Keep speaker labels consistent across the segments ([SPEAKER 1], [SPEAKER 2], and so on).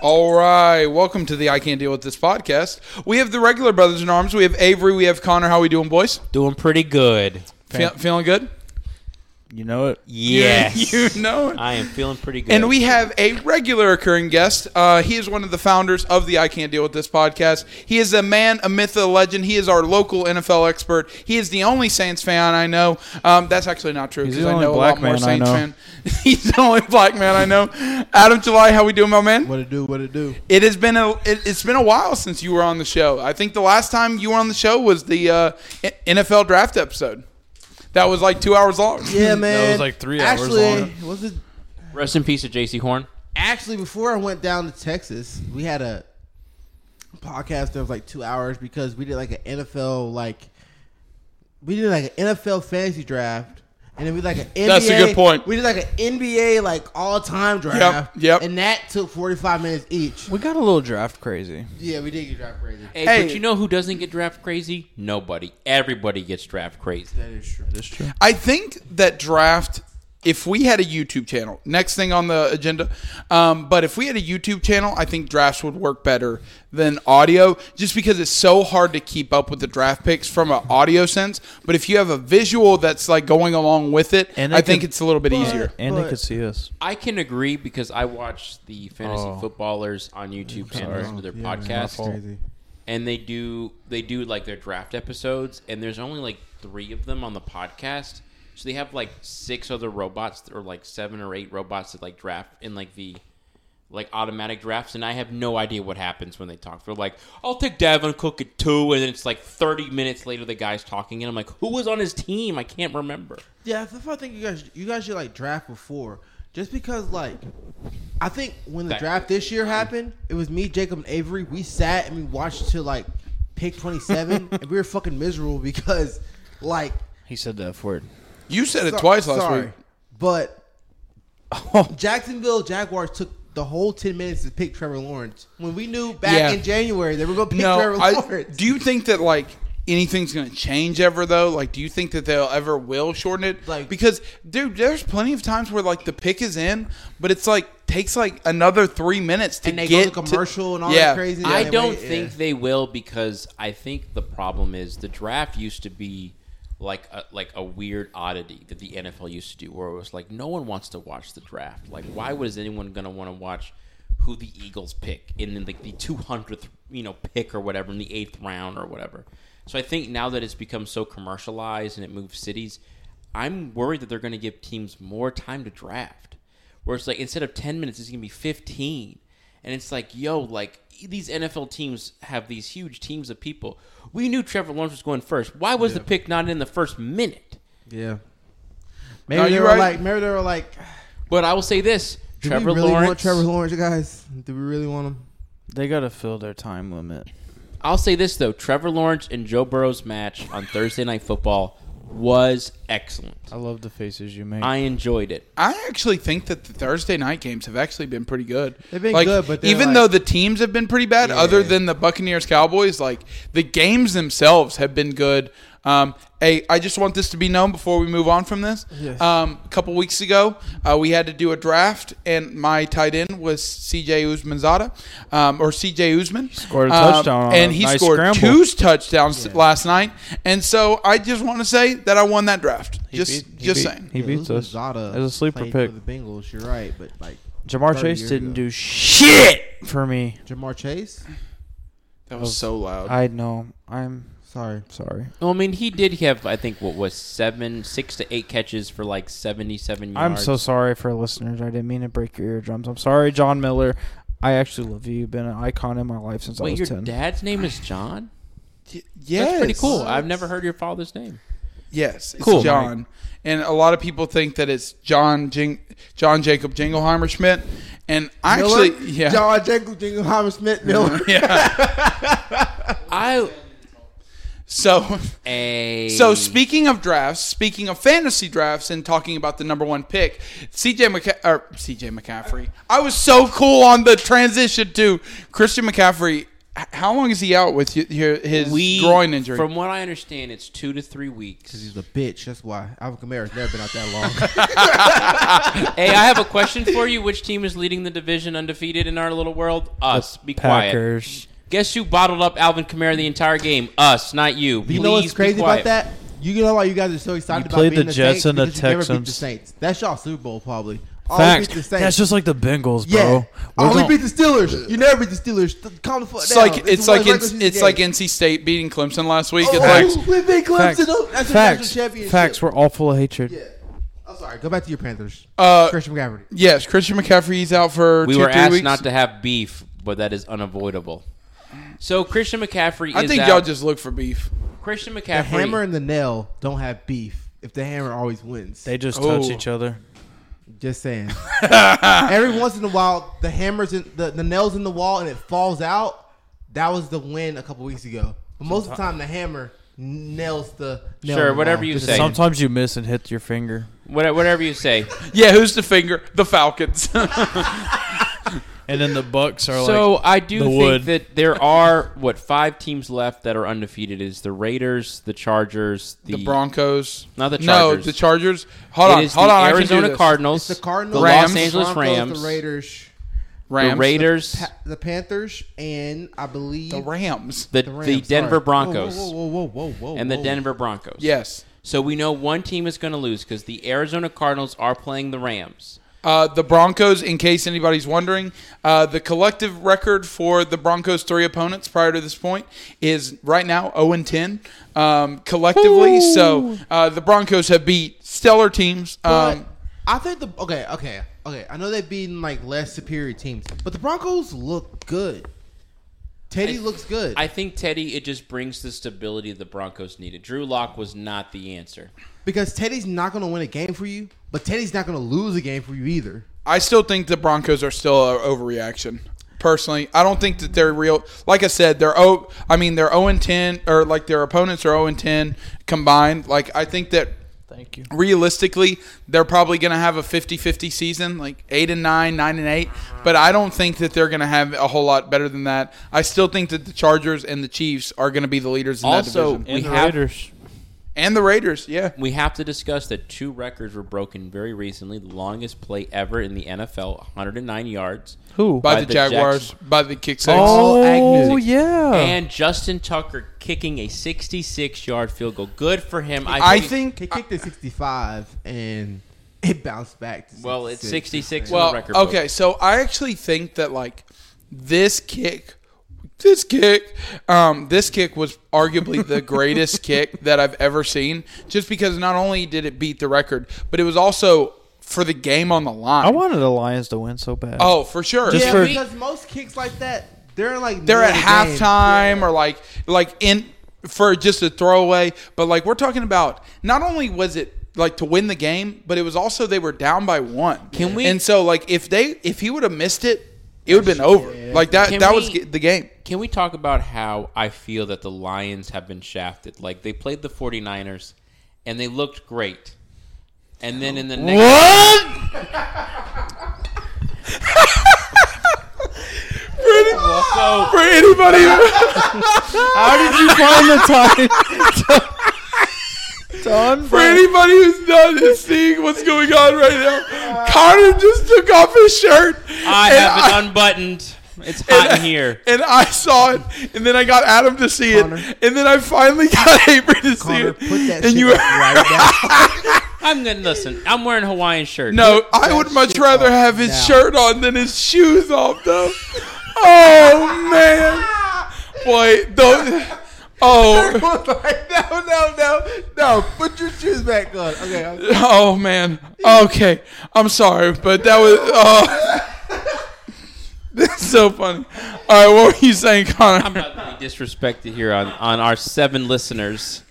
[SPEAKER 1] All right, welcome to the I Can't Deal with This podcast. We have the regular brothers in arms. We have Avery. We have Connor. How we doing, boys?
[SPEAKER 2] Doing pretty good.
[SPEAKER 1] Fe- feeling good?
[SPEAKER 3] You know it.
[SPEAKER 2] Yes.
[SPEAKER 1] you know it.
[SPEAKER 2] I am feeling pretty good.
[SPEAKER 1] And we have a regular occurring guest. Uh, he is one of the founders of the I Can't Deal with This podcast. He is a man, a myth, a legend. He is our local NFL expert. He is the only Saints fan I know. Um, that's actually not true
[SPEAKER 3] He's
[SPEAKER 1] because
[SPEAKER 3] the
[SPEAKER 1] I
[SPEAKER 3] only
[SPEAKER 1] know a
[SPEAKER 3] black
[SPEAKER 1] lot more
[SPEAKER 3] man I
[SPEAKER 1] Saints
[SPEAKER 3] know.
[SPEAKER 1] fan. He's the only black man I know. Adam July, how we doing, my man?
[SPEAKER 4] What it do? What it do?
[SPEAKER 1] It has been a it, it's been a while since you were on the show. I think the last time you were on the show was the uh, I- NFL draft episode. That was like two hours long.
[SPEAKER 4] Yeah, man.
[SPEAKER 3] That was like three hours
[SPEAKER 4] actually,
[SPEAKER 3] long.
[SPEAKER 4] Was it
[SPEAKER 2] Rest in peace to JC Horn.
[SPEAKER 4] actually before I went down to Texas? We had a podcast that was like two hours because we did like an NFL like we did like an NFL fantasy draft. And then we did like an NBA.
[SPEAKER 1] That's a good point.
[SPEAKER 4] We did like an NBA like all time draft.
[SPEAKER 1] yep.
[SPEAKER 4] And that took forty five minutes each.
[SPEAKER 3] We got a little draft crazy.
[SPEAKER 4] Yeah, we did get draft crazy.
[SPEAKER 2] Hey,
[SPEAKER 1] Hey.
[SPEAKER 2] but you know who doesn't get draft crazy? Nobody. Everybody gets draft crazy.
[SPEAKER 4] That is true.
[SPEAKER 3] That's true.
[SPEAKER 1] I think that draft. If we had a YouTube channel, next thing on the agenda. Um, but if we had a YouTube channel, I think drafts would work better than audio, just because it's so hard to keep up with the draft picks from an audio sense. But if you have a visual that's like going along with it,
[SPEAKER 3] And
[SPEAKER 1] I
[SPEAKER 3] it
[SPEAKER 1] think
[SPEAKER 3] could-
[SPEAKER 1] it's a little bit easier.
[SPEAKER 3] And they
[SPEAKER 4] But-
[SPEAKER 3] could see us.
[SPEAKER 2] I can agree because I watch the fantasy
[SPEAKER 3] Oh.
[SPEAKER 2] footballers on YouTube and listen to their podcast,
[SPEAKER 4] Crazy.
[SPEAKER 2] and they do they do like their draft episodes, and there's only like three of them on the podcast. So they have like six other robots, or like seven or eight robots that like draft in like the like automatic drafts, and I have no idea what happens when they talk. They're like, "I'll take Davin Cook at two, and then it's like thirty minutes later, the guy's talking, and I'm like, "Who was on his team? I can't remember."
[SPEAKER 4] Yeah, that's why I think you guys you guys should like draft before. Just because like I think when the
[SPEAKER 2] That-
[SPEAKER 4] draft this year happened, it was me, Jacob, and Avery. We sat and we watched till like pick twenty seven and we were fucking miserable because like
[SPEAKER 3] He said that word.
[SPEAKER 1] You said it
[SPEAKER 4] so-
[SPEAKER 1] twice last
[SPEAKER 4] sorry,
[SPEAKER 1] week. Oh.
[SPEAKER 4] But Jacksonville Jaguars took the whole ten minutes to pick Trevor Lawrence. When we knew back
[SPEAKER 1] Yeah.
[SPEAKER 4] in January they were gonna pick Trevor Lawrence.
[SPEAKER 1] do you think that like anything's going to change ever though? Like, do you think that they'll ever will shorten it?
[SPEAKER 4] Like-
[SPEAKER 1] because dude, there's plenty of times where like the pick is in, but it's like takes like another three minutes to
[SPEAKER 4] and they
[SPEAKER 1] get
[SPEAKER 4] go to commercial and all
[SPEAKER 1] yeah.
[SPEAKER 4] that crazy.
[SPEAKER 2] I
[SPEAKER 4] They
[SPEAKER 2] don't
[SPEAKER 4] wait-
[SPEAKER 2] think
[SPEAKER 4] yeah.
[SPEAKER 2] they will because I think the problem is the draft used to be like a, like a weird oddity that the NFL used to do, where it was like no one wants to watch the draft. Like, why was anyone going to want to watch who the Eagles pick in then like the two hundredth you know pick or whatever in the eighth round or whatever? So I think now that it's become so commercialized and it moves cities, I'm worried that they're going to give teams more time to draft where it's like instead of 10 minutes it's gonna be 15 and it's like yo like these nfl teams have these huge teams of people we knew trevor lawrence was going first why was the pick not in the first minute
[SPEAKER 4] Yeah. Maybe
[SPEAKER 1] No,
[SPEAKER 4] they
[SPEAKER 1] you're
[SPEAKER 4] were
[SPEAKER 1] right.
[SPEAKER 4] like maybe they were like
[SPEAKER 2] but i will say this
[SPEAKER 4] Do
[SPEAKER 2] trevor
[SPEAKER 4] we really
[SPEAKER 2] lawrence
[SPEAKER 4] want Trevor Lawrence, guys? Do we really want him?
[SPEAKER 3] They got to fill their time limit.
[SPEAKER 2] i'll say this though trevor lawrence and joe burrow's match on thursday night football was excellent
[SPEAKER 3] I love the faces you make.
[SPEAKER 2] i enjoyed it
[SPEAKER 1] I actually think that the Thursday night games have actually been pretty good.
[SPEAKER 4] They've been
[SPEAKER 1] Like,
[SPEAKER 4] good, but they're
[SPEAKER 1] even
[SPEAKER 4] like-
[SPEAKER 1] though the teams have been pretty bad, other than the Buccaneers Cowboys, like the games themselves have been good. Um, hey, I just want this to be known before we move on from this.
[SPEAKER 4] Yes.
[SPEAKER 1] Um, a couple weeks ago, uh, we had to do a draft, and my tight end was C.J. Uzmanzada, um, or C.J. Uzman.
[SPEAKER 3] scored a
[SPEAKER 1] Um,
[SPEAKER 3] touchdown on
[SPEAKER 1] and
[SPEAKER 3] a
[SPEAKER 1] he
[SPEAKER 3] nice
[SPEAKER 1] scored
[SPEAKER 3] scramble.
[SPEAKER 1] two touchdowns last night. And so I just want to say that I won that draft.
[SPEAKER 3] He
[SPEAKER 1] just,
[SPEAKER 3] beat- he
[SPEAKER 1] just
[SPEAKER 3] beat-
[SPEAKER 1] saying.
[SPEAKER 3] He beats us.
[SPEAKER 4] Zada
[SPEAKER 3] As a sleeper
[SPEAKER 4] played
[SPEAKER 3] pick.
[SPEAKER 4] for the Bengals. You're right, but like
[SPEAKER 3] Jamar
[SPEAKER 4] 30
[SPEAKER 3] Chase
[SPEAKER 4] years
[SPEAKER 3] didn't
[SPEAKER 4] ago.
[SPEAKER 3] do shit for me.
[SPEAKER 4] Jamar Chase.
[SPEAKER 1] That was so loud.
[SPEAKER 3] I know. I'm
[SPEAKER 4] Sorry,
[SPEAKER 3] sorry.
[SPEAKER 2] well, I mean, he did have, I think, what was seven, six to eight catches for like seventy-seven yards.
[SPEAKER 3] I'm so sorry for listeners. I didn't mean to break your eardrums. I'm sorry, John Miller. I actually love you. You've been an icon in my life since I
[SPEAKER 2] Wait,
[SPEAKER 3] was
[SPEAKER 2] your
[SPEAKER 3] 10.
[SPEAKER 2] dad's name is John.
[SPEAKER 1] Yes.
[SPEAKER 2] That's pretty cool.
[SPEAKER 4] What?
[SPEAKER 2] I've never heard your father's name.
[SPEAKER 1] Yes, it's
[SPEAKER 2] Cool.
[SPEAKER 1] John. And a lot of people think that it's John Jing- John Jacob Jingleheimer Schmidt. And I
[SPEAKER 4] Miller,
[SPEAKER 1] actually yeah.
[SPEAKER 4] John Jacob Jingleheimer Smith Miller.
[SPEAKER 1] yeah.
[SPEAKER 2] I
[SPEAKER 1] So
[SPEAKER 2] a
[SPEAKER 1] so speaking of drafts, speaking of fantasy drafts and talking about the number 1 pick, CJ McCa- or CJ McCaffrey. I was so cool on the transition to Christian McCaffrey h- how long is he out with y- your- his
[SPEAKER 2] We-
[SPEAKER 1] groin injury?
[SPEAKER 2] From what I understand, it's two to three weeks.
[SPEAKER 4] Because he's a bitch. That's why. Alvin Kamara's never been out that long.
[SPEAKER 2] hey, I have a question for you. Which team is leading the division undefeated in our little world? Us. Be quiet.
[SPEAKER 3] Packers.
[SPEAKER 2] Guess who bottled up Alvin Kamara the entire game? Us, not you.
[SPEAKER 4] you
[SPEAKER 2] Please
[SPEAKER 4] know what's
[SPEAKER 2] be
[SPEAKER 4] crazy about
[SPEAKER 2] quiet.
[SPEAKER 4] that? You know why you guys are so excited
[SPEAKER 3] You
[SPEAKER 4] about
[SPEAKER 3] played
[SPEAKER 4] being
[SPEAKER 3] the Jets
[SPEAKER 4] Saints
[SPEAKER 3] and the
[SPEAKER 4] Because you never beat the
[SPEAKER 3] Texans.
[SPEAKER 4] Saints. That's y'all Super Bowl probably. Always
[SPEAKER 3] Facts.
[SPEAKER 4] beat the Saints.
[SPEAKER 3] That's just like the Bengals,
[SPEAKER 4] yeah.
[SPEAKER 3] bro. We're
[SPEAKER 4] Always
[SPEAKER 3] gonna-
[SPEAKER 4] beat the Steelers. You never beat the Steelers. Th- Calm the fuck
[SPEAKER 1] it's
[SPEAKER 4] down.
[SPEAKER 1] like it's,
[SPEAKER 4] a
[SPEAKER 1] like
[SPEAKER 4] regular
[SPEAKER 1] it's,
[SPEAKER 4] season
[SPEAKER 1] it's
[SPEAKER 4] game.
[SPEAKER 1] like NC State beating Clemson last week.
[SPEAKER 4] Oh,
[SPEAKER 1] It's like
[SPEAKER 4] we beat
[SPEAKER 3] Facts.
[SPEAKER 4] Clemson. Oh, That's a national
[SPEAKER 3] Facts.
[SPEAKER 4] championship.
[SPEAKER 3] Facts. We're all full of hatred.
[SPEAKER 4] Yeah. I'm sorry. Go back to your Panthers.
[SPEAKER 1] uh,
[SPEAKER 4] Christian McCaffrey.
[SPEAKER 1] yes, Christian McCaffrey's out for
[SPEAKER 2] We
[SPEAKER 1] two
[SPEAKER 2] were
[SPEAKER 1] three
[SPEAKER 2] asked
[SPEAKER 1] weeks.
[SPEAKER 2] not to have beef, but that is unavoidable. So Christian McCaffrey
[SPEAKER 1] I
[SPEAKER 2] is
[SPEAKER 1] think
[SPEAKER 2] out.
[SPEAKER 1] y'all just look for beef.
[SPEAKER 2] Christian McCaffrey.
[SPEAKER 4] The hammer and the nail don't have beef. If the hammer always wins,
[SPEAKER 3] They just
[SPEAKER 1] Oh.
[SPEAKER 3] touch each other.
[SPEAKER 4] just saying. Every once in a while, the hammers in the, the nails in the wall and it falls out. That was the win a couple weeks ago. But most of the time, the hammer nails the nail
[SPEAKER 2] Sure,
[SPEAKER 4] in the
[SPEAKER 2] whatever
[SPEAKER 4] wall.
[SPEAKER 2] you
[SPEAKER 4] Just
[SPEAKER 2] say.
[SPEAKER 4] saying.
[SPEAKER 3] Sometimes you miss and hit your finger.
[SPEAKER 2] What- whatever you say.
[SPEAKER 1] Yeah, who's the finger? The Falcons.
[SPEAKER 3] And then the Bucks are
[SPEAKER 2] so
[SPEAKER 3] like
[SPEAKER 2] I do
[SPEAKER 3] the
[SPEAKER 2] think
[SPEAKER 3] wood.
[SPEAKER 2] that there are what five teams left that are undefeated is the Raiders, the Chargers, the,
[SPEAKER 1] the Broncos.
[SPEAKER 2] Not the
[SPEAKER 1] No,
[SPEAKER 2] Chargers.
[SPEAKER 1] the Chargers.
[SPEAKER 2] It
[SPEAKER 1] Hold on,
[SPEAKER 2] is
[SPEAKER 1] hold
[SPEAKER 2] the
[SPEAKER 1] on. I can do
[SPEAKER 2] Arizona
[SPEAKER 1] this.
[SPEAKER 2] Cardinals,
[SPEAKER 4] It's the
[SPEAKER 2] the
[SPEAKER 4] Cardinals,
[SPEAKER 2] Los
[SPEAKER 1] Rams,
[SPEAKER 2] Angeles
[SPEAKER 4] Broncos,
[SPEAKER 2] Rams,
[SPEAKER 4] the Raiders,
[SPEAKER 1] Rams.
[SPEAKER 2] the Raiders,
[SPEAKER 4] Pa- the Panthers, and I believe
[SPEAKER 1] The Rams.
[SPEAKER 2] the,
[SPEAKER 4] the
[SPEAKER 2] the,
[SPEAKER 4] Rams,
[SPEAKER 2] Denver
[SPEAKER 4] sorry.
[SPEAKER 2] Broncos,
[SPEAKER 4] Whoa, whoa, whoa, whoa, whoa, whoa,
[SPEAKER 2] and the
[SPEAKER 4] whoa.
[SPEAKER 2] Denver Broncos.
[SPEAKER 1] Yes.
[SPEAKER 2] So we know one team is going to lose because the Arizona Cardinals are playing the Rams.
[SPEAKER 1] Uh, the Broncos, in case anybody's wondering, uh, the collective record for the Broncos' three opponents prior to this point is right now 0 and 10 um, collectively. So uh, the Broncos have beat stellar teams.
[SPEAKER 4] But
[SPEAKER 1] Um,
[SPEAKER 4] I think the okay, okay, okay. I know they've beaten like less superior teams, but the Broncos look good. Teddy
[SPEAKER 2] I-
[SPEAKER 4] looks good.
[SPEAKER 2] I think Teddy it just brings the stability the Broncos needed. Drew Lock was not the answer.
[SPEAKER 4] Because Teddy's not going to win a game for you, but Teddy's not going to lose a game for you either.
[SPEAKER 1] I still think the Broncos are still an overreaction. Personally, I don't think that they're real. Like I said, they're oh, I mean they're 0 and 10, or like their opponents are 0 and 10 combined. Like I think that
[SPEAKER 3] Thank you.
[SPEAKER 1] realistically they're probably going to have a 50-50 season like 8 and 9 9 and 8 but i don't think that they're going to have a whole lot better than that i still think that the chargers and the chiefs are going to be the leaders in that
[SPEAKER 2] Also-
[SPEAKER 1] division
[SPEAKER 2] We
[SPEAKER 3] And the
[SPEAKER 2] have-
[SPEAKER 3] Raiders.
[SPEAKER 1] and the raiders yeah
[SPEAKER 2] We have to discuss that two records were broken very recently. The longest play ever in the NFL, 109 yards.
[SPEAKER 3] Who?
[SPEAKER 1] by,
[SPEAKER 2] By
[SPEAKER 1] the,
[SPEAKER 2] the
[SPEAKER 1] jaguars
[SPEAKER 2] Jacks-
[SPEAKER 1] by the kick six
[SPEAKER 3] Oh
[SPEAKER 4] Agnew.
[SPEAKER 3] yeah.
[SPEAKER 2] And Justin Tucker kicking a 66 yard field goal. Good for him.
[SPEAKER 1] i
[SPEAKER 2] he-
[SPEAKER 1] think
[SPEAKER 4] He kicked at 65 and it bounced back to 66.
[SPEAKER 2] Well, it's 66
[SPEAKER 1] well
[SPEAKER 2] the record book.
[SPEAKER 1] okay so i actually think that like this kick this kick um, this kick was arguably the greatest kick that i've ever seen just because not only did it beat the record but it was also for the game on the line
[SPEAKER 3] I wanted the Lions to win so bad.
[SPEAKER 1] oh for sure
[SPEAKER 3] Just
[SPEAKER 4] yeah,
[SPEAKER 3] for-
[SPEAKER 4] because most kicks like that, they're like
[SPEAKER 1] they're at
[SPEAKER 4] middle of the game.
[SPEAKER 1] halftime or like like in for just a throwaway but like we're talking about not only was it like to win the game but it was also they were down by one
[SPEAKER 2] Can we-
[SPEAKER 1] and so like if they if he would have missed it it would have been over like that
[SPEAKER 2] Can
[SPEAKER 1] that
[SPEAKER 2] we-
[SPEAKER 1] was g- the game
[SPEAKER 2] Can we talk about how I feel that the Lions have been shafted? Like, they played the 49ers and they looked great. And then in the next.
[SPEAKER 3] What?
[SPEAKER 2] So,
[SPEAKER 1] for anybody
[SPEAKER 3] How did you find the time? Don,
[SPEAKER 1] for anybody who's not seeing what's going on right now Connor just took off his shirt
[SPEAKER 2] I
[SPEAKER 1] and
[SPEAKER 2] have it unbuttoned. It's hot in here.
[SPEAKER 1] And I saw it, and then I got Adam to see
[SPEAKER 4] Connor.
[SPEAKER 1] it, and then I finally got Avery to
[SPEAKER 4] Connor,
[SPEAKER 1] see it.
[SPEAKER 4] put
[SPEAKER 1] and
[SPEAKER 4] that shit
[SPEAKER 1] you
[SPEAKER 4] up right now.
[SPEAKER 2] I'm gonna listen. I'm wearing a Hawaiian shirt.
[SPEAKER 1] no, I would
[SPEAKER 4] that
[SPEAKER 1] much
[SPEAKER 4] shit
[SPEAKER 1] rather
[SPEAKER 4] up
[SPEAKER 1] have his
[SPEAKER 4] now.
[SPEAKER 1] shirt on than his shoes off, though. oh man, boy, those. Oh,
[SPEAKER 4] like, no, no, no, no. Put your shoes back on. Okay. I'm-
[SPEAKER 1] oh man. Okay, I'm sorry, but that was. Oh. That's so funny. All right, what were you saying, Connor?
[SPEAKER 2] I'm not gonna be disrespected here on, on our seven listeners.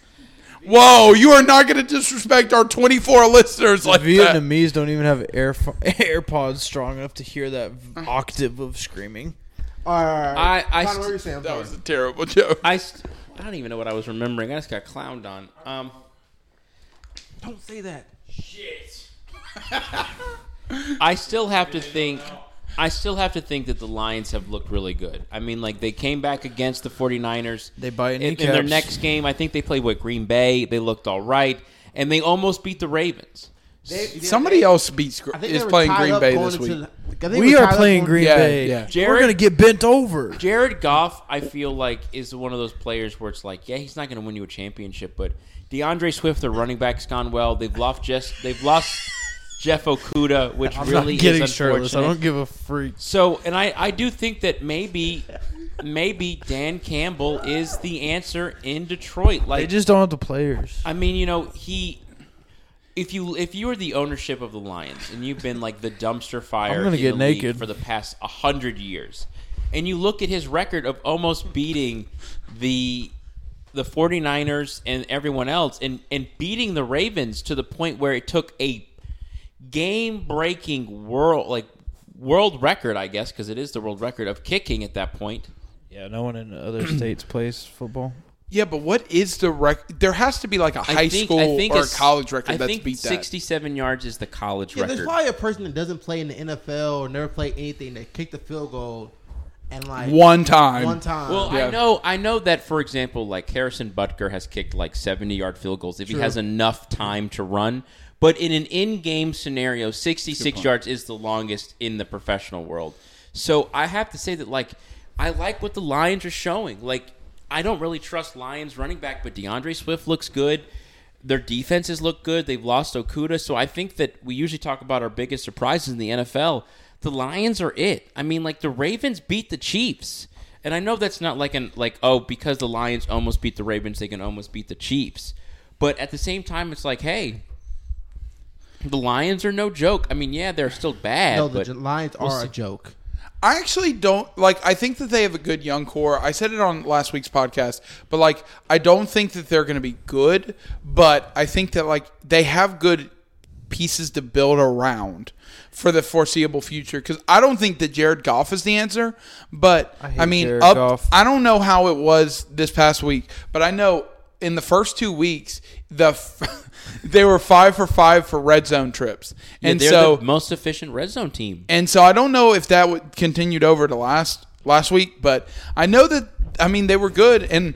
[SPEAKER 1] Whoa, you are not going to disrespect our 24 listeners like that.
[SPEAKER 3] Vietnamese don't even have air AirPods strong enough to hear that v- octave of screaming.
[SPEAKER 4] All right, all right, all right.
[SPEAKER 2] I- I
[SPEAKER 4] Connor, what
[SPEAKER 2] st-
[SPEAKER 4] were you saying? I'm
[SPEAKER 1] That
[SPEAKER 4] sorry.
[SPEAKER 1] was a terrible joke.
[SPEAKER 2] I, st- I don't even know what I was remembering. I just got clowned on. Um,
[SPEAKER 4] Don't say that.
[SPEAKER 2] I still have to think I still have to think that the Lions have looked really good. I mean, like they came back against the 49ers.
[SPEAKER 1] They bite
[SPEAKER 2] in, in their
[SPEAKER 1] kneecaps.
[SPEAKER 2] next game. I think they played with Green Bay. They looked all right, and they almost beat the Ravens.
[SPEAKER 4] They-
[SPEAKER 1] Somebody
[SPEAKER 4] they-
[SPEAKER 1] else beats
[SPEAKER 4] I think they
[SPEAKER 1] is
[SPEAKER 4] were
[SPEAKER 1] playing
[SPEAKER 4] tied
[SPEAKER 1] Green
[SPEAKER 4] up
[SPEAKER 1] Bay
[SPEAKER 4] going
[SPEAKER 1] this
[SPEAKER 4] into
[SPEAKER 1] week.
[SPEAKER 4] the- I think they
[SPEAKER 3] We
[SPEAKER 4] were
[SPEAKER 3] are
[SPEAKER 4] tied up
[SPEAKER 3] playing
[SPEAKER 4] going-
[SPEAKER 3] Green
[SPEAKER 1] Yeah,
[SPEAKER 3] Bay.
[SPEAKER 1] yeah.
[SPEAKER 2] Jared-
[SPEAKER 3] We're gonna get bent over.
[SPEAKER 2] Jared Goff, I feel like, is one of those players where it's like, yeah, he's not going to win you a championship, but DeAndre Swift, the running back's gone well. They've lost Jess, they've lost Jeff Okuda, which really is unfortunate.
[SPEAKER 3] give a freak.
[SPEAKER 2] so, and I, I do think that maybe, maybe Dan Campbell is the answer in Detroit.
[SPEAKER 3] They
[SPEAKER 2] Like,
[SPEAKER 3] just don't have the players.
[SPEAKER 2] I mean, you know, he. If you if you were the ownership of the Lions and you've been like the dumpster fire,
[SPEAKER 3] I'm gonna
[SPEAKER 2] in
[SPEAKER 3] get
[SPEAKER 2] the league
[SPEAKER 3] naked.
[SPEAKER 2] for the past hundred years, and you look at his record of almost beating the the 49ers and everyone else, and and beating the Ravens to the point where it took a game breaking world like world record, I guess, because it is the world record of kicking at that point.
[SPEAKER 3] Yeah, no one in other states plays football.
[SPEAKER 1] Yeah, but what is the rec? There has to be like a high school or a
[SPEAKER 2] s-
[SPEAKER 1] college record
[SPEAKER 2] I
[SPEAKER 1] that's
[SPEAKER 2] think
[SPEAKER 1] beat that.
[SPEAKER 2] 67 yards is the college
[SPEAKER 4] Yeah,
[SPEAKER 2] record.
[SPEAKER 4] there's probably a person that doesn't play in the NFL or never played anything that kicked the field goal and like
[SPEAKER 1] one time.
[SPEAKER 4] one time.
[SPEAKER 2] Well,
[SPEAKER 1] Yeah.
[SPEAKER 2] I know, I know that for example, like Harrison Butker has kicked like seventy-yard field goals if he has enough time to run. But in an in-game scenario, sixty-six yards is the longest in the professional world. So I have to say that, like, I like what the Lions are showing. Like, I don't really trust Lions running back, but DeAndre Swift looks good. Their defenses look good. They've lost Okuda, so I think that we usually talk about our biggest surprises in the NFL. The Lions are it. I mean, like the Ravens beat the Chiefs. And I know that's not like an like oh because the Lions almost beat the Ravens they can almost beat the Chiefs, but at the same time it's like hey, the Lions are no joke. I mean yeah they're still bad,
[SPEAKER 4] no,
[SPEAKER 2] but
[SPEAKER 4] the Lions are a joke.
[SPEAKER 1] I actually don't like. I think that they have a good young core. I said it on last week's podcast, but like, I don't think that they're going to be good. But I think that like they have good pieces to build around for the foreseeable future. Because I don't think that Jared Goff is the answer. But I,
[SPEAKER 3] hate
[SPEAKER 1] mean,
[SPEAKER 3] Jared
[SPEAKER 1] up.
[SPEAKER 3] Goff.
[SPEAKER 1] I don't know how it was this past week, but I know in the first two weeks the f- they were five for five for red zone trips,
[SPEAKER 2] yeah,
[SPEAKER 1] and
[SPEAKER 2] they're
[SPEAKER 1] so
[SPEAKER 2] the most efficient red zone team.
[SPEAKER 1] and so I don't know if that would continued over to last last week, but I know that I mean they were good and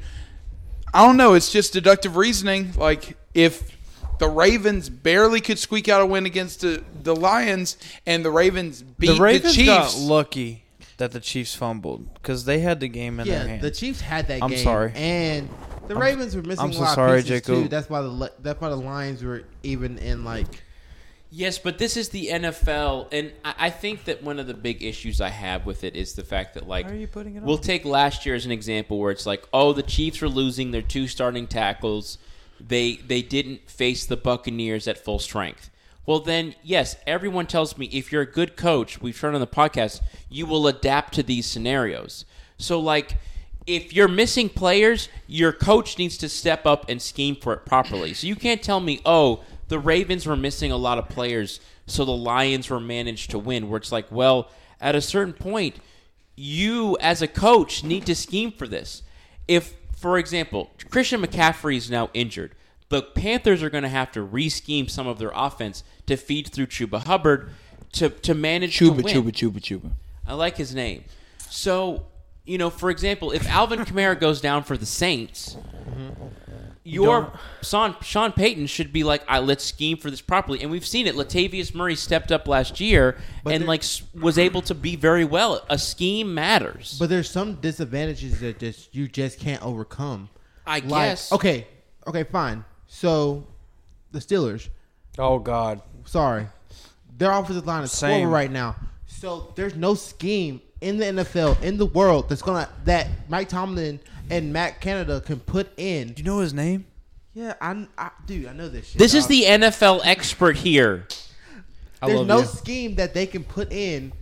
[SPEAKER 1] I don't know, it's just deductive reasoning. Like if the Ravens barely could squeak out a win against the, the Lions and the Ravens beat the,
[SPEAKER 3] the Ravens got
[SPEAKER 1] Chiefs.
[SPEAKER 3] lucky that the Chiefs fumbled because they had the game in their
[SPEAKER 4] Yeah,
[SPEAKER 3] hands.
[SPEAKER 4] the Chiefs had that
[SPEAKER 3] I'm
[SPEAKER 4] game.
[SPEAKER 3] sorry.
[SPEAKER 4] and the Ravens were missing
[SPEAKER 3] I'm
[SPEAKER 4] a
[SPEAKER 3] so
[SPEAKER 4] lot
[SPEAKER 3] sorry,
[SPEAKER 4] of pieces
[SPEAKER 3] Jacob.
[SPEAKER 4] too. That's why the li- that's why the Lions were even in like
[SPEAKER 2] Yes, but this is the NFL, and I I think that one of the big issues I have with it is the fact that like
[SPEAKER 3] Why are you putting it on?
[SPEAKER 2] we'll take last year as an example where it's like, oh, the Chiefs are losing their two starting tackles. They they didn't face the Buccaneers at full strength. Well, then yes, everyone tells me if you're a good coach, we've shown on the podcast, you will adapt to these scenarios. So like. If you're missing players, your coach needs to step up and scheme for it properly. So you can't tell me, oh, the Ravens were missing a lot of players, so the Lions were managed to win. Where it's like, well, at a certain point, you as a coach need to scheme for this. If, for example, Christian McCaffrey is now injured, the Panthers are going to have to re-scheme some of their offense to feed through Chuba Hubbard to to manage to win.
[SPEAKER 1] chuba chuba.
[SPEAKER 2] I like his name. So, you know, for example, if Alvin Kamara goes down for the Saints, your Sean, Sean Payton should be like, I let's scheme for this properly, and we've seen it. Latavius Murray stepped up last year and
[SPEAKER 4] there-
[SPEAKER 2] like s- was able to be very well. A scheme matters.
[SPEAKER 4] But there's some disadvantages that just you just can't overcome.
[SPEAKER 2] I
[SPEAKER 4] Like-
[SPEAKER 2] guess.
[SPEAKER 4] Okay. Okay. Fine. So, the Steelers.
[SPEAKER 3] oh God,
[SPEAKER 4] Sorry, their offensive line is
[SPEAKER 3] Same.
[SPEAKER 4] horrible right now. So there's no scheme in the NFL in the world that's gonna that Mike Tomlin and Matt Canada can put in.
[SPEAKER 3] do you know his name?
[SPEAKER 4] Yeah, I, I dude, I know this. Shit,
[SPEAKER 2] This is
[SPEAKER 4] dog.
[SPEAKER 2] the NFL expert here.
[SPEAKER 3] I
[SPEAKER 4] There's
[SPEAKER 3] love
[SPEAKER 4] no
[SPEAKER 3] you.
[SPEAKER 4] scheme that they can put in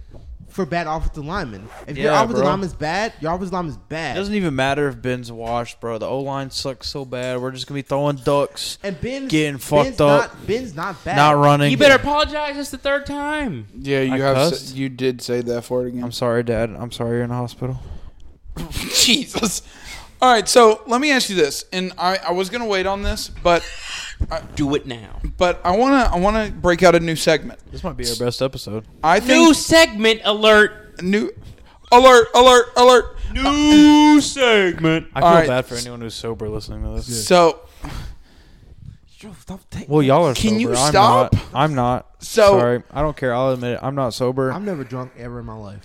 [SPEAKER 4] for bad offensive linemen. If your
[SPEAKER 3] Yeah,
[SPEAKER 4] offensive
[SPEAKER 3] bro.
[SPEAKER 4] lineman's bad, your offensive lineman's bad.
[SPEAKER 3] It doesn't even matter if Ben's washed, bro. The O line sucks so bad. We're just gonna be throwing ducks
[SPEAKER 4] and Ben's
[SPEAKER 3] getting
[SPEAKER 4] Ben's
[SPEAKER 3] fucked
[SPEAKER 4] not-
[SPEAKER 3] up,
[SPEAKER 4] Ben's not bad.
[SPEAKER 3] not, running.
[SPEAKER 2] You better apologize. It's the third time.
[SPEAKER 1] Yeah, you
[SPEAKER 3] I
[SPEAKER 1] have s-
[SPEAKER 3] cussed?
[SPEAKER 1] you did say that for it again.
[SPEAKER 3] I'm sorry, Dad. I'm sorry you're in the hospital.
[SPEAKER 1] Jesus. All right, so let me ask you this, and I, I was gonna wait on this, but
[SPEAKER 2] Do it now.
[SPEAKER 1] But I wanna I wanna break out a new segment.
[SPEAKER 3] This might be our best episode.
[SPEAKER 1] I
[SPEAKER 2] New
[SPEAKER 1] think
[SPEAKER 2] segment alert.
[SPEAKER 1] new alert alert alert.
[SPEAKER 2] New segment.
[SPEAKER 3] I feel
[SPEAKER 1] All right.
[SPEAKER 3] bad for anyone who's sober listening to this.
[SPEAKER 1] So
[SPEAKER 4] Yo, stop taking.
[SPEAKER 3] Well, y'all are.
[SPEAKER 1] Can you
[SPEAKER 3] sober. I'm
[SPEAKER 1] stop?
[SPEAKER 3] not. I'm not.
[SPEAKER 1] So-
[SPEAKER 3] sorry. I don't care. I'll admit it. I'm not sober.
[SPEAKER 4] I'm never drunk ever in my life.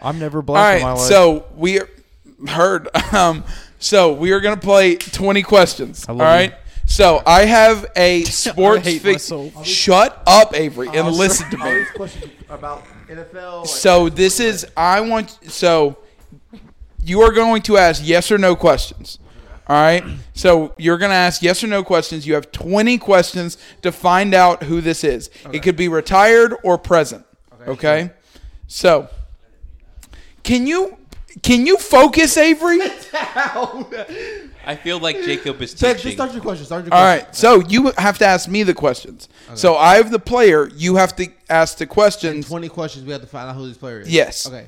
[SPEAKER 3] I'm never
[SPEAKER 1] all
[SPEAKER 3] black in my
[SPEAKER 1] right,
[SPEAKER 3] life.
[SPEAKER 1] so we are, heard. Um, so we are gonna play twenty questions. All
[SPEAKER 3] love
[SPEAKER 1] right.
[SPEAKER 3] you.
[SPEAKER 1] So I have a sports
[SPEAKER 3] hate
[SPEAKER 1] fix.
[SPEAKER 3] myself.
[SPEAKER 1] Shut up, Avery, and listen to me.
[SPEAKER 4] Question about NFL.
[SPEAKER 1] So this is I want so you are going to ask yes or no questions. All right? So you're going to ask yes or no questions. You have 20 questions to find out who this is. It could be retired or present. Okay? So can you can you focus Avery?
[SPEAKER 2] I feel like Jacob is
[SPEAKER 4] Just
[SPEAKER 2] teaching.
[SPEAKER 4] start your question. Start your
[SPEAKER 1] All
[SPEAKER 4] question.
[SPEAKER 1] right. So you have to ask me the questions. So I have the player, you have to ask the questions.
[SPEAKER 4] Twenty questions. We have to find out who this player is.
[SPEAKER 1] Yes.
[SPEAKER 4] Okay.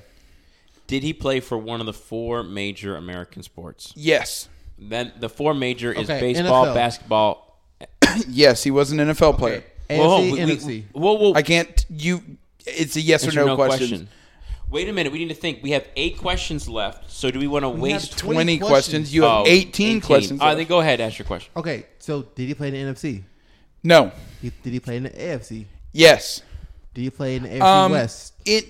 [SPEAKER 2] Did he play for one of the four major American sports?
[SPEAKER 1] Yes.
[SPEAKER 2] Then the four major is
[SPEAKER 4] Okay,
[SPEAKER 2] baseball,
[SPEAKER 4] NFL.
[SPEAKER 2] basketball.
[SPEAKER 1] Yes, he was an NFL player.
[SPEAKER 4] okay.
[SPEAKER 2] Whoa,
[SPEAKER 4] AFC,
[SPEAKER 2] we- we-
[SPEAKER 4] NFC.
[SPEAKER 2] whoa, whoa.
[SPEAKER 1] I can't. You. It's a yes
[SPEAKER 2] Answer
[SPEAKER 1] or no,
[SPEAKER 2] no
[SPEAKER 1] question.
[SPEAKER 2] Wait a minute. We need to think. We have eight questions left. So do we want to waste?
[SPEAKER 4] tw-
[SPEAKER 1] 20,
[SPEAKER 4] 20
[SPEAKER 1] questions.
[SPEAKER 4] questions.
[SPEAKER 1] You have
[SPEAKER 2] Oh,
[SPEAKER 1] 18, questions.
[SPEAKER 2] All right,
[SPEAKER 1] left.
[SPEAKER 2] then go ahead. Ask your question.
[SPEAKER 4] okay. So did he play in the NFC?
[SPEAKER 1] no.
[SPEAKER 4] He, did he play in the AFC?
[SPEAKER 1] Yes.
[SPEAKER 4] Did he play in the AFC
[SPEAKER 1] Um,
[SPEAKER 4] West?
[SPEAKER 1] It.